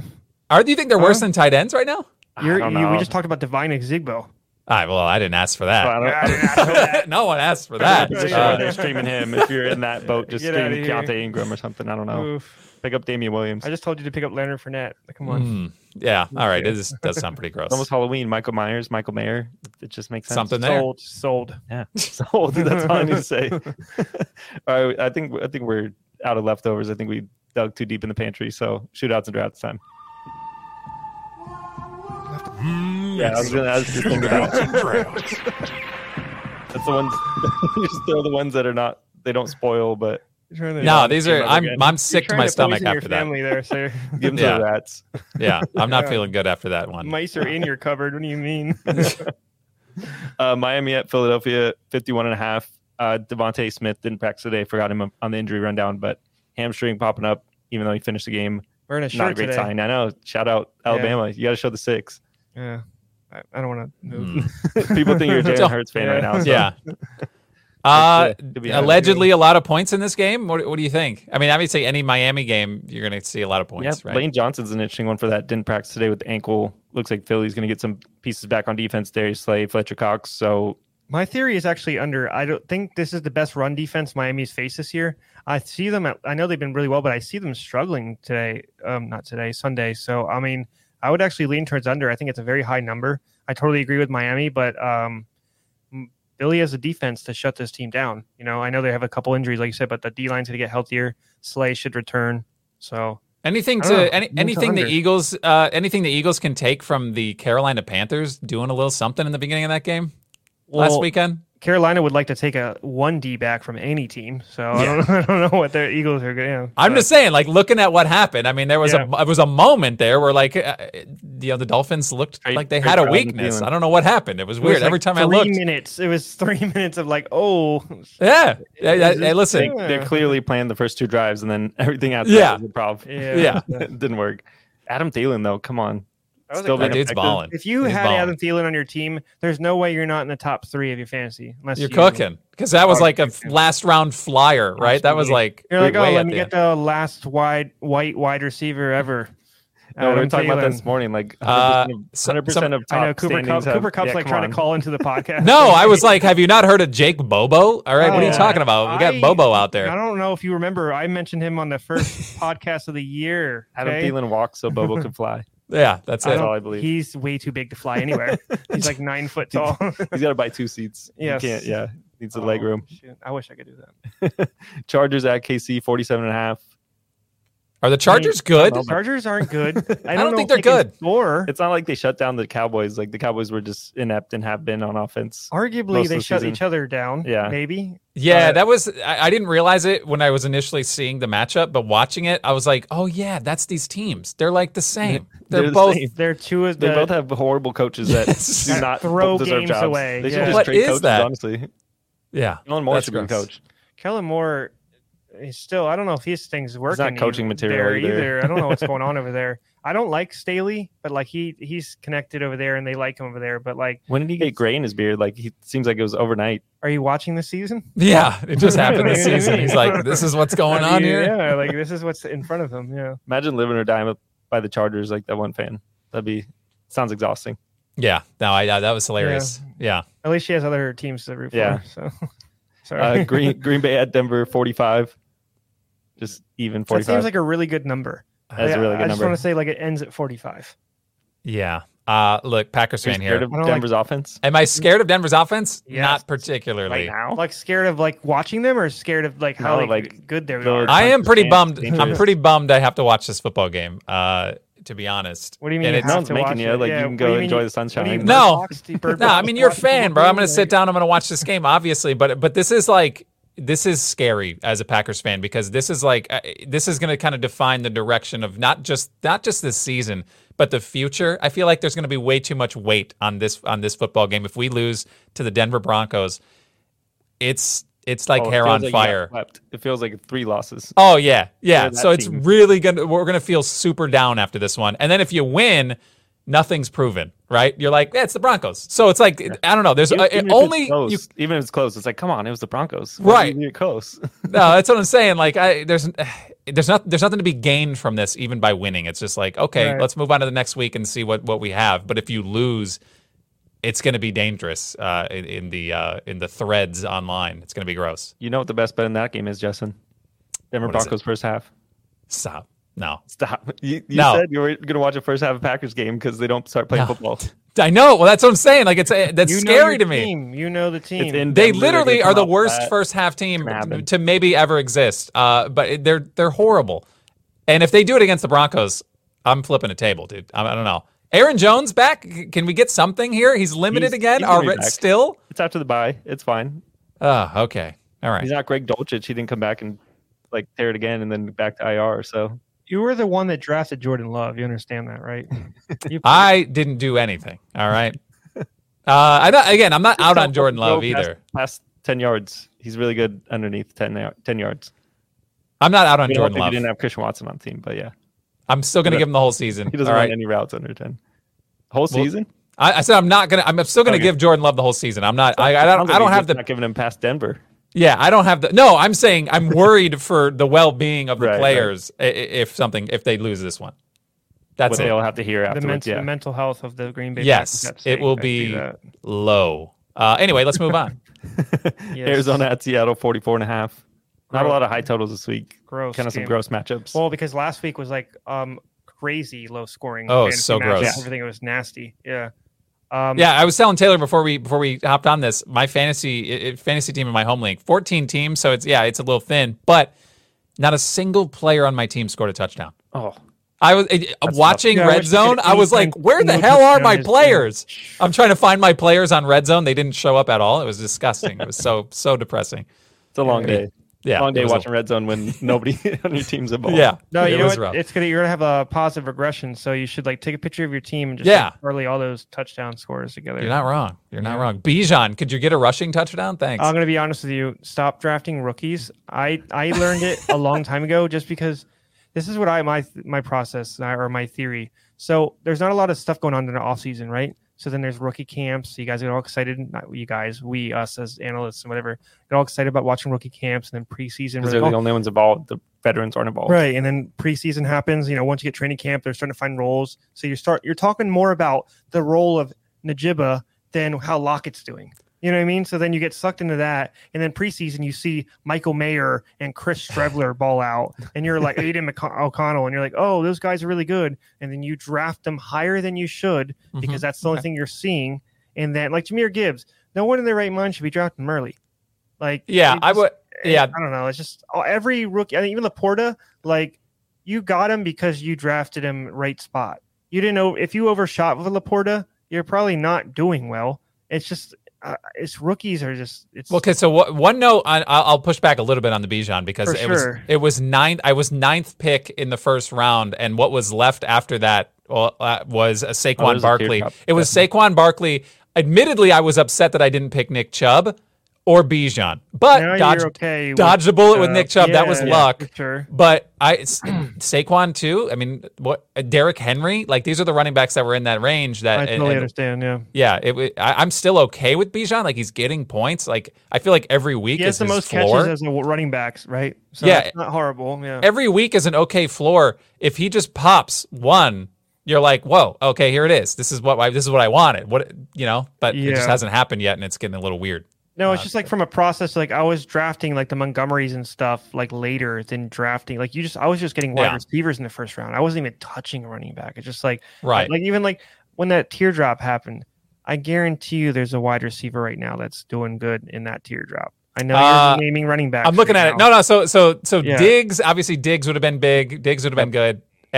B: Are do you think they're worse than tight ends right now?
A: I
C: You're,
A: don't
C: you, we
A: know.
C: just talked about Divine Exigbo.
B: All right, well, I didn't ask for that.
A: I don't-
C: I didn't ask for that.
B: no one asked for that.
A: position
C: Yeah.
A: where
B: Uh,
A: they're streaming him. If you're in that boat, just
C: Get
A: stream
C: outta here.
A: Keontae Ingram or something. I don't know.
C: Oof.
A: Pick up Damian Williams.
C: Oh. I just told you to pick up Leonard Fournette. Come on.
B: hmm, yeah. All right. It is, does sound pretty gross.
A: It's almost Halloween. Michael Myers, Michael Mayer. It just makes sense.
B: Something there.
C: Sold, sold.
A: Yeah. So that's all I need to say. all right. I think I think we're out of leftovers. I think we dug too deep in the pantry. So shootouts and drafts time.
D: Mm,
A: Yeah, I
D: it's
A: was gonna- I was just thinking about-
D: shootouts and droughts.
A: That's the ones. just throw the ones that are not. They don't spoil, but
B: No, these are. I'm I'm sick to my stomach
C: your
B: after that.
C: family there, so
A: give them
B: Yeah.
A: to the rats.
B: Yeah, I'm not
C: Yeah.
B: feeling good after that one.
C: mice are in your cupboard. What do you mean?
A: Uh, Miami at Philadelphia, 51 and a half. Uh, Devontae Smith didn't practice today. Forgot him on the injury rundown, but hamstring popping up, even though he finished the game.
C: Wearing a
A: not
C: shirt
A: a great
C: today.
A: sign. I know. Shout out
C: Yeah.
A: Alabama. You got to show the six.
C: Yeah, I, I don't want to move.
B: Hmm.
A: People think you're a
B: So-
A: Jalen Hurts fan right now. So
B: Yeah. Uh,
A: It's, uh, to be honest.
B: allegedly a lot of points in this game. What, what do you think? I mean, I would say any Miami game, you're going to see a lot of points, right?
A: Lane Johnson's an interesting one for that. Didn't practice today with the ankle. Looks like Philly's going to get some pieces back on defense. Darius Slay, Fletcher Cox. So
C: My theory is actually under. I don't think this is the best run defense Miami's faced this year. I see them. At, I know they've been really well, but I see them struggling today. Um, not today, Sunday. So I mean, I would actually lean towards under. I think it's a very high number. I totally agree with Miami, but um, m- Billy has a defense to shut this team down. You know, I know they have a couple injuries, like you said, but the D line's going to get healthier. Slay should return. So
B: Anything
C: I don't know.
B: to any,
C: Move to
B: anything the
C: under.
B: Eagles, uh, anything the Eagles can take from the Carolina Panthers doing a little something in the beginning of that game last
C: Well,
B: weekend.
C: Carolina would like to take a one D back from any team, so I,
E: Yeah.
C: don't, I don't know what their Eagles are going. Yeah,
B: I'm
C: but-
B: just saying, like looking at what happened. I mean, there was a it was a moment there where like uh, you know the Dolphins looked
A: Great-
B: like they
A: great
B: had a
A: Browns
B: weakness.
A: feeling.
B: I don't know what happened. It was
C: it
B: weird.
C: was,
B: Every
C: like,
B: time I
C: three
B: looked,
C: minutes. It was three minutes of like, oh,
B: yeah. Hey, hey,
C: Is
B: hey,
C: it-
A: They,
B: listen,
C: Yeah.
A: they clearly planned the first two drives, and then everything after
B: Yeah.
A: that was a problem.
C: yeah,
B: Yeah.
C: That
A: it didn't work. Adam Thielen, though, come on.
C: was a
A: Still
C: good-
A: been
B: that dude's
A: effective.
B: balling.
C: If you
B: He's
C: had
B: balling.
C: Adam Thielen on your team, there's no way you're not in the top three of your fantasy. Unless
B: You're
C: you-
B: cooking because that was
C: Are
B: like a
C: cooking.
B: last round flyer, right? That was
C: Absolutely.
B: like
C: You're like,
B: way
C: oh,
B: at
C: let me
B: the
C: get
B: end.
C: the last wide white wide receiver ever.
A: No, we were
C: Adam
A: talking about
C: Thielen.
A: that this morning. Like 100%
B: Uh,
A: of,
B: some-
A: 100%
B: some-
A: of top
C: I know Cooper
A: standings
C: Cup.
A: have-
C: Cooper Cup's
A: yeah,
C: like
A: come
C: trying
A: on.
C: to call into the podcast.
B: No, I was like, have you not heard of Jake Bobo? All right, what are you
C: Oh,
B: talking about? We got
C: I-
B: Bobo out
C: I
B: there.
C: don't know if you remember. I mentioned him on the first podcast of the year.
A: Adam
C: okay?
A: Thielen walks so Bobo can fly.
B: Yeah, that's
A: That's
B: it.
A: all I believe.
C: He's way too big to fly anywhere. He's like nine foot tall.
A: He's got to buy two seats. Yeah,
C: Yes.
A: can't. Yeah, needs a leg room.
C: Oh, shoot. I wish I could do that.
A: Chargers at KC, 47 and a half.
B: Are the Chargers good?
C: The Chargers aren't good. I don't,
B: don't
C: know
B: think
C: if
B: they're
C: they can
B: good.
C: Score.
A: It's not like they shut down the Cowboys. Like the Cowboys were just inept and have been on offense. most
C: Arguably,
A: of
C: they
A: the
C: shut
A: season.
C: each other down.
A: Yeah.
C: maybe.
B: Yeah,
C: Uh,
B: that was. I, I didn't realize it when I was initially seeing the matchup, but watching it, I was like, "Oh yeah, that's these teams. They're like the same. They're,
A: They're the
B: both."
A: same.
C: They're two of the.
A: They both have horrible coaches that
B: Yes.
A: do not
C: Throw
A: deserve
C: games
A: jobs.
C: away.
A: They should
C: Yeah.
A: just
B: What
A: trade
B: is
A: coaches,
B: that?
A: honestly.
B: Yeah,
A: Dylan Moore
B: That's
A: should be the
B: gross.
A: coach.
C: Kellen Moore is still. I don't know if his thing's working.
A: coaching
C: even
A: material
C: there
A: either.
C: I don't know what's going on over there. I don't like Staley, but like he he's connected over there, and they like him over there. But like,
A: When did he get gray in his beard? Like he seems like it was overnight.
C: are you watching this season?
B: yeah. It just happened this
C: You know what I
B: season.
C: mean?
B: He's like, "This is what's going
C: I
B: on
C: mean,
B: here."
C: Yeah, like this is what's in front of him. Yeah.
A: Imagine living or dying by the Chargers, like that one fan. That'd be sounds exhausting.
B: Yeah, no, I, yeah, that was hilarious. Yeah,
C: At least she has other teams to root
A: Yeah.
C: for. So sorry.
A: Uh, Green Green Bay at Denver, 45. Just even
C: that
A: 45.
C: seems like a really good number.
A: That's a really
C: I
A: good
C: just want
A: number.
C: to say like it ends at forty five.
B: yeah. Uh, look, Packers
A: You're
B: fan
A: scared
B: here.
A: of
C: I don't like-
A: Denver's offense.
B: Am I scared of Denver's offense?
C: Yes.
B: Not particularly.
A: now,
C: Like scared of like watching them or scared of like how
A: No,
C: like,
A: like,
C: good they
A: the-
C: are.
B: I am
A: Packers
B: pretty
A: fan,
B: bummed. I'm
A: dangerous.
B: pretty bummed. I have to watch this football game. Uh, to be honest.
C: What do you mean?
B: And
C: you
B: it's-
A: no
C: have
A: one's
C: to
A: making
C: watch
A: you.
C: it?
A: Like, you
C: Yeah,
A: can
C: what
A: go
C: do you mean
A: enjoy
C: you-
A: the
C: what do you
A: sunshine.
C: mean,
B: No.
C: bird box? Do you bird
B: No, I
C: box
B: mean you're a
C: watch the
B: fan,
C: whole
B: bro. I'm
C: thing?
B: gonna sit
C: Like,
B: down. I'm gonna watch this game, obviously. But but this is like this is scary as a Packers fan because this is like uh, this is gonna kind of define the direction of not just not just this season but the future. I feel like there's gonna be way too much weight on this on this football game. If we lose to the Denver Broncos, it's it's like
A: Oh, it
B: hair
A: feels
B: on
A: like you got
B: fire.
A: swept. It feels like three losses.
B: Oh yeah, yeah.
A: They're that
B: So it's
A: team.
B: really gonna we're gonna feel super down after this one. And then if you win, nothing's proven, right? You're like, yeah, it's the Broncos. So it's like I don't know. There's uh,
A: Even if it's
B: only
A: close,
B: you.
A: even if it's close, it's like come on, it was the Broncos. What do you
B: Right.
A: mean You're close.
B: No, that's what I'm saying. Like I there's there's not there's nothing to be gained from this even by winning. It's just like okay,
C: Right.
B: let's move on to the next week and see what what we have. But if you lose. It's going to be dangerous uh, in, in the uh, in the threads online. It's going to be gross.
A: You know what the best bet in that game is, Justin? Denver
B: What is it?
A: Broncos first half.
B: Stop. No,
A: Stop. You, you
B: No.
A: said you were going to watch a first half of Packers game because they don't start playing
B: No.
A: football.
B: I know. Well, that's what I'm saying. Like it's uh, that's
C: you know
B: scary
C: your
B: to me.
C: team. You know the
A: It's in
C: team.
B: They
A: Denver, they're
B: literally
A: gonna
B: are the
A: come out
B: worst
A: flat.
B: first half team
A: gonna happen.
B: to maybe ever exist. Uh, but it- they're they're horrible, and if they do it against the Broncos, I'm flipping a table, dude. I, I don't know. Aaron Jones back? C- Can we get something here? He's limited
A: He's-
B: again.
A: he's gonna be
B: alre-
A: back.
B: still?
A: It's after the bye. It's fine.
B: Oh, okay. All right.
A: He's not Greg Dolchich. He didn't come back and like tear it again and then back to IR. So
C: you were the one that drafted Jordan Love. You understand that, right? You-
B: I didn't do anything. All right. Uh, I don't, again, I'm not out on Jordan
A: Throw
B: Love
A: past-
B: either.
A: Past ten yards, he's really good underneath 10, y- 10 yards.
B: I'm not out on
A: You know,
B: Jordan
A: if you
B: Love.
A: didn't have Christian Watson on the team, but yeah,
B: I'm still going to
A: He
B: give him the whole season.
A: he
B: All
A: doesn't run
B: right.
A: any routes under ten. Whole
B: Well,
A: season.
B: I, I said I'm not going to. I'm still going to
A: Okay.
B: give Jordan Love the whole season. I'm not. I, I
A: Sounds
B: don't.
A: like
B: I don't
A: he's
B: have
A: just
B: the
A: not giving him past Denver.
B: Yeah, I don't have the. No, I'm saying I'm worried for the well-being of the
A: Right, right.
B: players i- i- if something if they lose this one. That's
A: what they
B: it.
A: all have to hear
C: the,
A: afterwards.
C: mental, the
A: Yeah.
C: mental health of the Green Bay.
B: Yes,
C: Packers at
B: it
C: stake.
B: will
C: I see
B: be-
C: that.
B: Low. Uh, anyway, let's move on.
C: Yes.
A: Arizona at Seattle, 44 and a half. Not a
C: Gross.
A: lot of high totals this week.
C: Gross.
A: Kind of some
C: game.
A: gross matchups.
C: Well, because last week was like um crazy low scoring.
B: Oh,
C: fantasy
B: so
C: matchup.
B: gross.
C: Everything was nasty. Yeah. Um,
B: yeah, I was telling Taylor before we before we hopped on this. My fantasy i i- fantasy team in my home league, 14 teams, so it's yeah, it's a little thin, but not a single player on my team scored a touchdown.
A: oh,
B: I was it-
A: That's
B: watching
C: Yeah,
B: Red
C: which-
B: Zone. I was like,
C: anytime
B: where the
C: Luke
B: hell are
C: Kuechly
B: my
C: is-
B: players? I'm trying to find my players on Red Zone. They didn't show up at all. It was disgusting. It was so so depressing.
A: It's a long day.
B: Yeah,
A: long day
B: it was a-
A: watching Red Zone when nobody on your team's involved.
B: Yeah,
C: No, you
B: it
C: know
B: was
C: what?
B: rough.
C: It's gonna you're gonna have a positive regression, so you should like take a picture of your team and just
B: Yeah.
C: like, correlate all those touchdown scores together.
B: You're not wrong. You're not wrong. Bijan, could you get a rushing touchdown? Thanks.
C: I'm gonna be honest with you. Stop drafting rookies. I I learned it a long time ago, just because this is what I my my process uh, or my theory. So there's not a lot of stuff going on in the off season, right? So then there's rookie camps. You guys get all excited. Not you guys, we us as analysts and whatever get all excited about watching rookie camps and then preseason.
A: because
C: we're
A: they're
C: like,
A: the only ones involved. The veterans aren't involved.
C: Right, and then preseason happens. You know, once you get training camp, they're starting to find roles. So you start you're talking more about the role of Najiba than how Lockett's doing. You know what I mean? So then you get sucked into that, and then preseason you see Michael Mayer and Chris Strebler ball out, and you're like Aiden McC- O'Connell, and you're like, oh, those guys are really good, and then you draft them higher than you should
B: Mhm.
C: because that's the only thing you're seeing. And then like Jameer Gibbs, no one in their right mind should be drafting him early. Like
B: yeah,
C: it
B: I
C: just-
B: would. Yeah.
C: I don't know. It's just oh, every rookie, I mean, even Laporta, like you got him because you drafted him right spot. You didn't know if you overshot with Laporta, you're probably not doing well. It's just, uh, it's rookies are just, it's
B: Well, okay, so wha- one note, I, I'll I'll push back a little bit on the Bijan because
C: For
B: it was
C: sure.
B: it was ninth. I was ninth pick in the first round, and what was left after that well, uh, was a
A: Oh, there's
B: Saquon
A: a teardrop,
B: Barkley. It was Saquon Barkley. Admittedly, I was upset that I didn't pick Nick Chubb or Bijan,
C: now
B: but dodged,
C: you're okay. with,
B: dodged a bullet with
C: uh,
B: Nick Chubb. that was
C: yeah,
B: luck.
C: for Sure.
B: But I s- Saquon too. I mean, what Derrick Henry? Like these are the running backs that were in that range. That
C: I
B: and-
C: totally
B: and
C: understand. Yeah.
B: yeah, it. wa- I, am still okay with Bijan. Like he's getting points. Like I feel like every week
C: He has
B: is
C: the
B: his
C: most
B: floor.
C: catches as a running backs, right? So
B: Yeah.
C: it's not horrible. Yeah.
B: every week is an okay floor. If he just pops one, you're like, whoa, okay, here it is. This is what I, this is what I wanted. What you know, but it
C: Yeah.
B: just hasn't happened yet, and it's getting a little weird.
C: No, it's
B: Uh,
C: just like from a process. Like I was drafting like the Montgomerys and stuff like later than drafting. Like you just, I was just getting wide
B: Yeah.
C: receivers in the first round. I wasn't even touching a running back. It's just like,
B: Right.
C: like even like when that teardrop happened, I guarantee you there's a wide receiver right now that's doing good in that teardrop. I know
B: Uh,
C: you're naming running back.
B: I'm looking at it. No, no. So so so
C: Yeah.
B: Diggs obviously Diggs would have been big. Diggs would have been good. Uh, uh,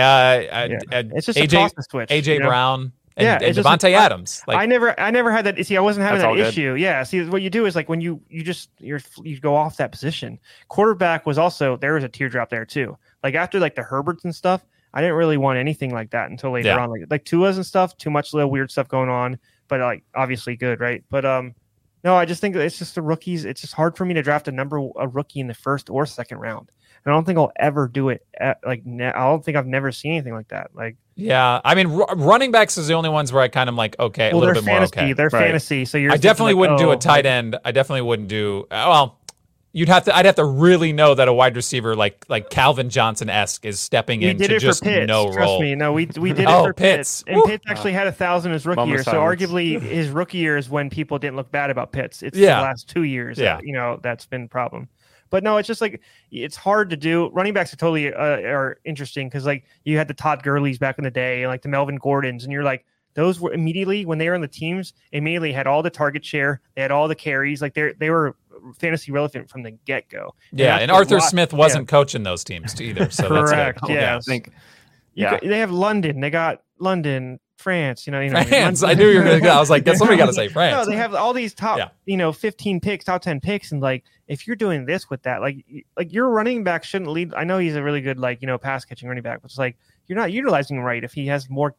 C: Yeah.
B: uh,
C: it's just a
B: AJ
C: process switch.
B: AJ
C: you know?
B: Brown and,
C: Yeah,
B: and
C: it's just a
B: Devontae
C: pro-
B: Adams. Like
C: I never, I never had that. See, I wasn't having
A: That's all
C: that
A: good.
C: issue. Yeah. See, what you do is like when you, you just, you're, you go off that position. Quarterback was also there was a teardrop there too. Like after like the Herberts and stuff, I didn't really want anything like that until later
B: Yeah.
C: on. Like like Tua's and stuff, too much little weird stuff going on, but like obviously good, right? But um, no, I just think that it's just the rookies. It's just hard for me to draft a number a rookie in the first or second round. And I don't think I'll ever do it. At, like ne- I don't think I've never seen anything like that. Like
B: yeah, I mean ru- running backs is the only ones where I kind of like okay a
C: well,
B: little
C: they're
B: bit more
C: fantasy.
B: okay.
C: They're
A: Right.
C: fantasy. So you're.
B: I
C: thinking,
B: definitely
C: like,
B: wouldn't do
C: oh,
B: a tight end. I definitely wouldn't do uh, well. You'd have to. I'd have to really know that a wide receiver like like Calvin Johnson esque is stepping
C: We
B: in
C: did
B: to
C: it
B: just
C: for Pitts.
B: no
C: Trust
B: role.
C: me. No, we we did
B: Oh,
C: it for
B: Pitts.
C: Pitts. And
B: Woo.
C: Pitts actually had a thousand his rookie
A: Moment
C: year.
A: of
C: So
A: silence.
C: arguably his rookie year is when people didn't look bad about Pitts. It's
B: Yeah.
C: the last two years.
B: Yeah.
C: That, you know, that's been a problem. But no, it's just like it's hard to do. Running backs are totally uh, are interesting because like you had the Todd Gurley's back in the day, and like the Melvin Gordons, and you're like those were immediately when they were on the teams immediately had all the target share, they had all the carries, like they they were fantasy relevant from the get go.
B: Yeah,
C: that's
B: and
C: a
B: Arthur
C: lot-
B: Smith
C: yeah.
B: wasn't coaching those teams either. So that's good.
C: Correct. Yeah.
A: I think.
C: You
A: Yeah,
C: got- they have London. They got London, France. You know, you know what I mean?
B: France. I
C: London-
B: knew you were gonna. go. I was like, that's what we gotta say.
C: No,
B: France.
C: they have all these top,
B: Yeah.
C: you know, fifteen picks, top ten picks, and like if you're doing this with that, like, y- like your running back shouldn't lead. I know he's a really good, like, you know, pass catching running back, but it's like you're not utilizing him right if he has more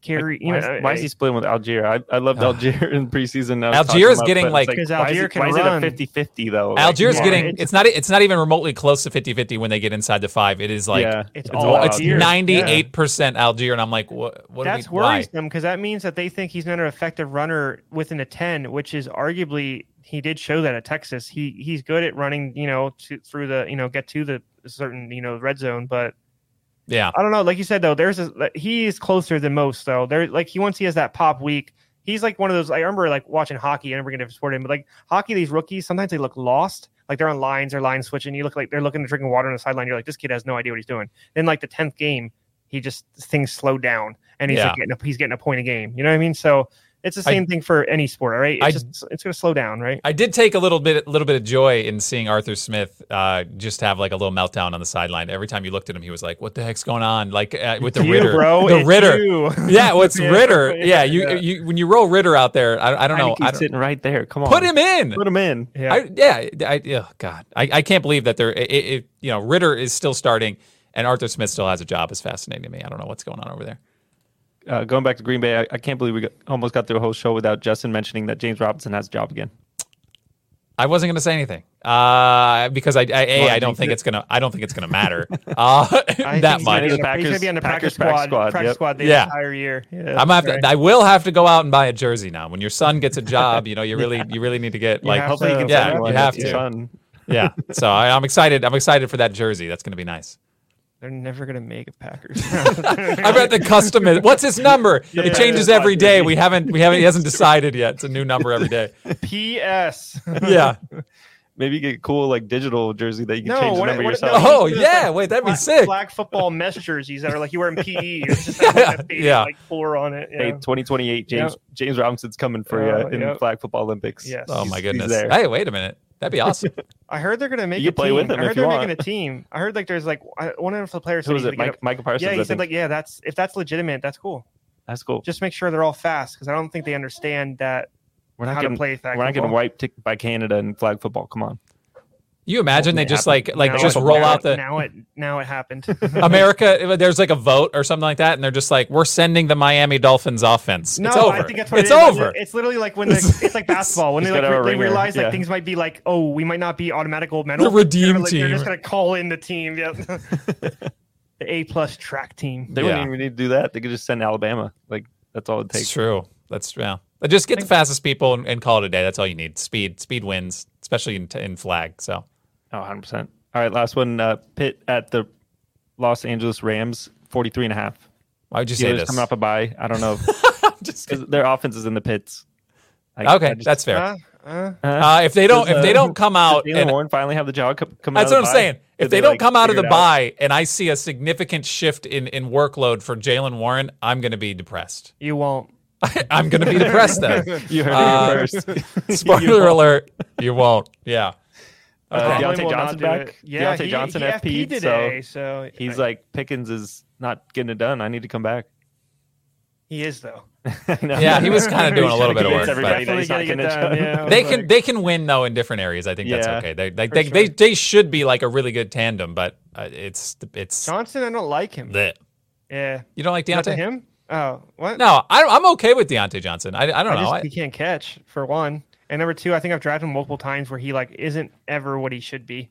C: carry. you
A: why,
C: know,
A: is, why is he splitting with Algier? I, I loved
B: Ah.
A: Algier in preseason. I was talking
B: Algier is
A: about,
B: getting,
A: but it's
B: like-
C: Because
A: why is
C: Algier
A: it,
C: can
A: why is it a
C: run.
A: 50-50 though? Like,
B: Algiers
C: Yeah,
B: getting.
C: it's-
B: It's not. It's not even remotely close to 50-50 when they get inside the five. It is like.
A: yeah,
C: Oh, it's,
A: It's
C: all
A: all-
B: It's
A: Algier.
C: Algier. Yeah.
B: ninety-eight percent Algier, and I'm like, what? What?
C: That's
B: are we, why?
C: worrisome because that means that they think he's not an effective runner within a ten, which is arguably he did show that at Texas. He he's good at running, you know, to, through the you know get to the certain you know red zone, but
B: Yeah,
C: I don't know. Like you said though, there's a, like, he is closer than most though. There like he once he has that pop week, he's like one of those. I remember like watching hockey. I never get to sport him, but like hockey, these rookies sometimes they look lost. Like they're on lines, they're line switching. You look like they're looking to drinking water on the sideline. You're like, this kid has no idea what he's doing. Then like the tenth game, he just things slow down and he's
B: Yeah.
C: like getting a, he's getting a point a game. You know what I mean? So. It's the same thing for any sport, all right? It's
B: I-
C: just it's going to slow down, right?
B: I did take a little bit, little bit of joy in seeing Arthur Smith uh, just have like a little meltdown on the sideline. Every time you looked at him, he was like, "What the heck's going on?" Like uh, with the
C: you,
B: Ritter,
C: bro.
B: the
C: it's
B: Ritter.
C: you.
B: Yeah, what's
C: Yeah,
B: Ritter? Yeah,
C: yeah,
B: you,
C: yeah.
B: you when you roll Ritter out there, I, I don't know. I
A: Heineke's
B: don't-
A: sitting right there. Come on,
B: put him in.
A: Put him in.
C: Yeah.
B: I, yeah, I, oh God, I, I can't believe that they're. It, it, it- you know, Ritter is still starting, and Arthur Smith still has a job. Is fascinating to me. I don't know what's going on over there.
A: Uh, going back to Green Bay, I, I can't believe we got, almost got through a whole show without Justin mentioning that James Robinson has a job again.
B: I wasn't going to say anything uh, because I, I, A,
A: Well,
B: I don't
A: you
B: think it's gonna. I don't think it's gonna matter uh, that much.
C: he's gonna be
A: The
C: on the- He's going to
A: Packers-
C: be on the
A: Packers practice
C: practice squad,
A: squad,
C: practice
A: yep.
C: squad the
B: Yeah.
C: entire year. Yeah,
B: I'm gonna have
C: right.
B: to. I will have to go out and buy a jersey now. When your son gets a job, you know, you really, you really need to get
C: You
B: like,
C: have
A: Hopefully,
C: to-
A: he can
B: Yeah,
A: sign
B: you
A: one.
B: have
A: It's
B: to.
A: fun.
B: yeah. So I, I'm excited. I'm excited for that jersey. That's gonna be nice.
C: They're never going to make a Packers.
B: I bet the custom is. What's his number?
A: Yeah,
B: it changes
A: yeah,
B: every
A: yeah.
B: day. We haven't. We haven't. He hasn't decided yet. It's a new number every day.
C: PS.
B: Yeah.
A: Maybe you get a cool like digital jersey that you can
C: No,
A: change the
C: what-
A: number
C: what-
A: yourself.
B: Oh yeah. Wait, that'd be
C: black,
B: sick.
C: black football mesh jerseys that are like you wear in PE. It's just like, yeah,
B: Yeah.
C: like four on it. Yeah.
A: Hey, 2028, James James Robinson's coming for you
C: Uh,
A: in
C: yep.
A: flag football Olympics.
C: Yes.
B: Oh
A: He's-
B: my
A: he's
B: goodness.
A: there.
B: Hey, wait a minute. That'd be awesome.
C: I heard they're gonna make.
A: You
C: a
A: can play
C: team.
A: with them
C: I heard
A: if you
C: they're
A: want.
C: making a team. I heard like there's like I- one of the players.
A: Who
C: said
A: was
C: he's
A: it?
C: gonna
A: Mike, Michael
C: get a-
A: Parsons.
C: yeah,
A: I
C: he
A: think.
C: said like yeah, that's if that's legitimate, that's cool.
A: That's cool.
C: Just make sure they're all fast because I don't think they understand that
A: We're
C: how
A: not
C: to
A: getting
C: play flag
A: we're not getting
C: football.
A: wiped t- by Canada in flag football. Come on.
B: You imagine they
A: Won't
B: just
A: happen.
B: like like
C: Now
B: just
C: it-
B: roll
C: now
B: out
C: it-
B: the
C: now it now it happened.
B: America. There's like a vote or something like that, and they're just like, we're sending the Miami Dolphins offense.
C: No,
B: it's over.
C: I think that's what
B: it's
C: it is.
B: over.
C: It's literally like when the, it's like basketball when they
A: He's
C: like
A: gotta have a
C: re- they
A: ringer,
C: realize like
A: yeah.
C: things might be like oh we might not be automatic gold medal.
B: The redeem
C: they're, like, They're
B: team.
C: just gonna call in the team. Yep. the A plus track team.
A: They
B: Yeah.
A: wouldn't even need to do that. They could just send Alabama. Like that's all it
B: It's
A: takes.
B: true. That's yeah. But Just get the fastest people and, and call it a day. That's all you need. Speed. Speed wins, especially in, in flag. So
A: Oh, 100 percent. All right, last one. Uh, Pitt at the Los Angeles Rams, 43 and a half.
B: why would you say
A: Steelers
B: this?
A: coming off a bye. I don't know.
B: Just-
A: 'Cause their offense is in the pits. I- I
B: okay,
A: just-
B: that's fair.
C: Uh, uh,
A: Huh?
B: Uh, if they don't, if they don't come out,
A: Did Jalen
B: and,
A: Warren finally have the job co- coming.
B: that's
A: out
B: what
A: of
B: I'm
A: the bye?
B: saying. If
A: Did
B: they, don't
A: like,
B: come out of the
A: figure it out?
B: bye, and I see a significant shift in in workload for Jalen Warren, I'm going to be depressed.
C: you won't.
B: I'm going to be depressed then.
A: you heard
B: Uh,
A: it here first.
B: Spoiler alert: you won't. Yeah.
A: Uh,
B: Okay.
A: Deontay
C: Tomlin will not
A: Johnson
C: do it.
A: back?
C: Yeah,
A: Deontay
C: he-
A: Johnson
C: he
A: FP'd,
C: FP'd today, so,
A: He's like Pickens is not getting it done. I need to come back.
C: he is though.
B: Yeah, he was kinda doing a little bit of
A: Convince
B: work, but-
A: everybody that he's not
C: Definitely
A: getting it
C: getting it
A: done.
C: done, yeah.
B: they
C: Like-
B: can they can win though in different areas. I think that's
A: Yeah,
B: okay. They they
C: for
B: they, they
C: sure.
B: they should be like a really good tandem, but uh, it's it's
C: Johnson, I don't like him.
B: bleh.
C: Yeah,
B: you don't like
C: Not to
B: Deontay.
C: him. Oh, what?
B: No, I, I'm okay with Deontay Johnson. I, I don't
C: I
B: know.
C: just,
B: I,
C: he can't catch for one, and number two, I think I've drafted him multiple times where he like isn't ever what he should be.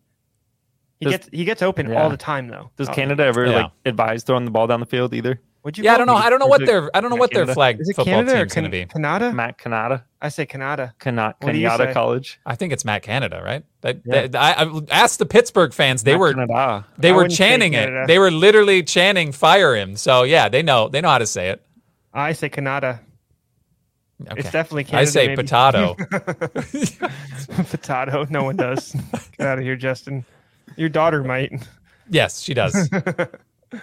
C: He
A: Does-
C: gets he gets open
A: Yeah.
C: all the time though.
A: Does
C: Oh,
A: Canada ever
B: Yeah.
A: like advise throwing the ball down the field either?
C: Would you?
B: yeah, I
C: call
B: don't know.
C: him-
B: I don't know
A: Is
B: what
A: it-
B: their I don't know
A: is it
B: what their
A: Canada?
B: flag
C: Is it
B: football
C: Canada or
B: team's going to be.
C: Can- Canada?
A: Matt Canada,
C: I say Canada.
A: Cana-
C: What do you
A: Kenyatta
C: say?
A: College.
B: I think it's Matt Canada, right? That,
A: Yeah.
B: that- I, I asked the Pittsburgh fans. They
A: Matt
B: were
A: Canada.
B: they
C: I
B: were
C: wouldn't say
B: chanting it.
C: Canada.
B: They were literally chanting "fire him." So yeah, they know they know how to say it.
C: I say Canada.
B: Okay.
C: It's definitely Canada.
B: I say
C: maybe.
B: potato.
C: potato. No one does. Get out of here, Justin. Your daughter might.
B: Yes, she does.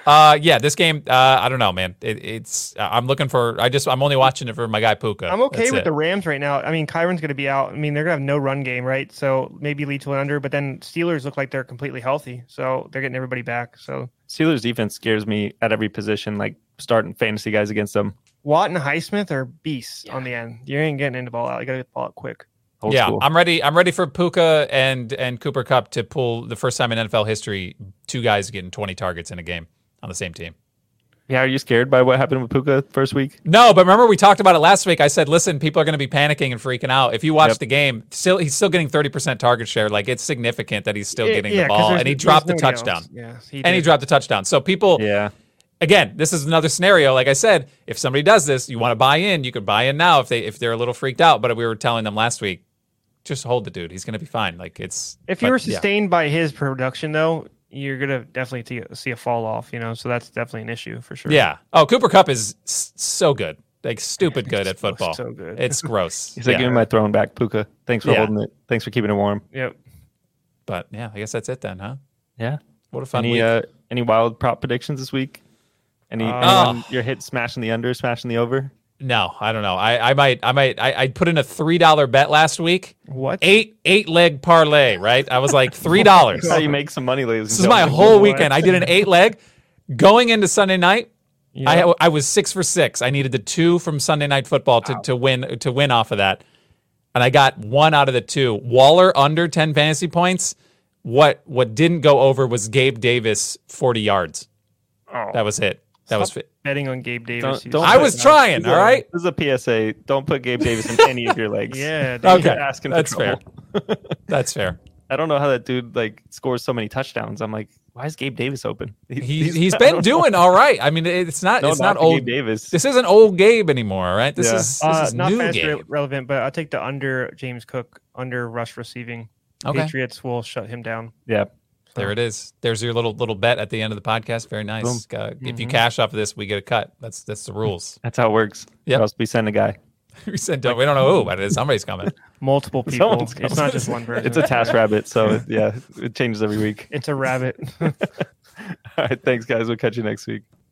B: uh, yeah, this game. Uh, I don't know, man. It, it's uh, I'm looking for. I just I'm only watching it for my guy Puka.
C: I'm okay
B: That's
C: with
B: it.
C: the Rams right now. I mean, Kyron's going to be out. I mean, they're going to have no run game, right? So maybe lead to an under. But then Steelers look like they're completely healthy, so they're getting everybody back. So
A: Steelers defense scares me at every position. Like starting fantasy guys against them.
C: Watt and Highsmith are beasts on the end. You ain't getting into ball out. You got to get the ball out quick.
A: Old
B: yeah,
A: school.
B: I'm ready. I'm ready for Puka and and Cooper Cup to pull the first time in NFL history two guys getting 20 targets in a game on the same team.
A: yeah. Are you scared by what happened with Puka first week?
B: No, but remember we talked about it last week. I said, listen, people are going to be panicking and freaking out. If you watch
A: Yep.
B: the game, still he's still getting 30% target share. Like it's significant that he's still
C: Yeah,
B: getting
C: yeah,
B: the
C: 'cause
B: ball
C: there's-
B: and he
C: there's
B: dropped the
C: nobody else.
B: touchdown.
C: Yeah, he
B: And he
C: did.
B: dropped the touchdown. So people
A: Yeah.
B: again, this is another scenario. Like I said, if somebody does this, you want to buy in, you could buy in now if they if they're a little freaked out. But we were telling them last week, just hold the dude. He's gonna be fine. Like it's
C: If you
B: but,
C: were
B: yeah.
C: sustained by his production, though, you're going to definitely see- see a fall off. You know, so that's definitely an issue for sure.
B: yeah. Oh, Cooper Cup is s- so good. Like stupid good at
C: so-
B: football.
C: so good.
B: It's gross.
A: He's like,
B: Yeah.
A: give me my throwing back, Puka. Thanks for
B: Yeah.
A: holding it. Thanks for keeping it warm.
C: Yep.
B: But yeah, I guess that's it then, huh?
A: Yeah.
B: What a fun
A: any
B: week.
A: uh, any wild prop predictions this week? Any
C: Uh,
A: anyone, your hit smashing the under, smashing the over?
B: No, I don't know. I, I might I might I, I put in a three dollar bet last week.
C: What?
B: Eight eight leg parlay, right? I was like three dollars.
A: That's
C: Oh.
A: how you make some money, ladies.
B: this
A: and
B: is my
A: gentlemen.
B: whole
C: What?
B: weekend. I did an eight leg. Going into Sunday night,
C: Yeah.
B: I I was six for six. I needed the two from Sunday night football to, to win to win off of that. And I got one out of the two. Waller under ten fantasy points. What what didn't go over was Gabe Davis forty yards.
C: Oh.
B: That was it. That was it.
C: betting on Gabe Davis.
A: Don't- don't
B: I was
A: uh,
B: trying, all right?
A: This is a PSA. Don't put Gabe Davis in any of your legs.
C: Yeah. dude.
B: Okay.
A: asking for
B: That's fair.
A: trouble.
B: That's fair.
A: I don't know how that dude like scores so many touchdowns. I'm like, why is Gabe Davis open? He,
B: He, he's been doing all right. I mean, it's not
A: No,
B: it's not
A: knock to Gabe
B: old.
A: Davis.
B: This isn't old Gabe anymore. All right. This
A: Yeah.
B: is this
C: Uh,
B: is
C: not
B: new
C: fantasy
B: Gabe.
C: relevant, but I'll take the under James Cook under rush receiving.
B: Okay.
C: Patriots will shut him down.
A: yeah,
B: There it is. There's your little little bet at the end of the podcast. Very nice. Uh, if you
C: Mhm.
B: cash off of this, we get a cut. That's that's the rules.
A: that's how it works.
B: Yep.
A: Or else we send a guy.
B: we said don't, we don't know who, but it is. somebody's coming.
C: Multiple people.
A: Someone's
C: It's not just one person.
A: It's a task rabbit, so it, yeah, it changes every week.
C: It's a rabbit.
A: All right, thanks guys. We'll catch you next week.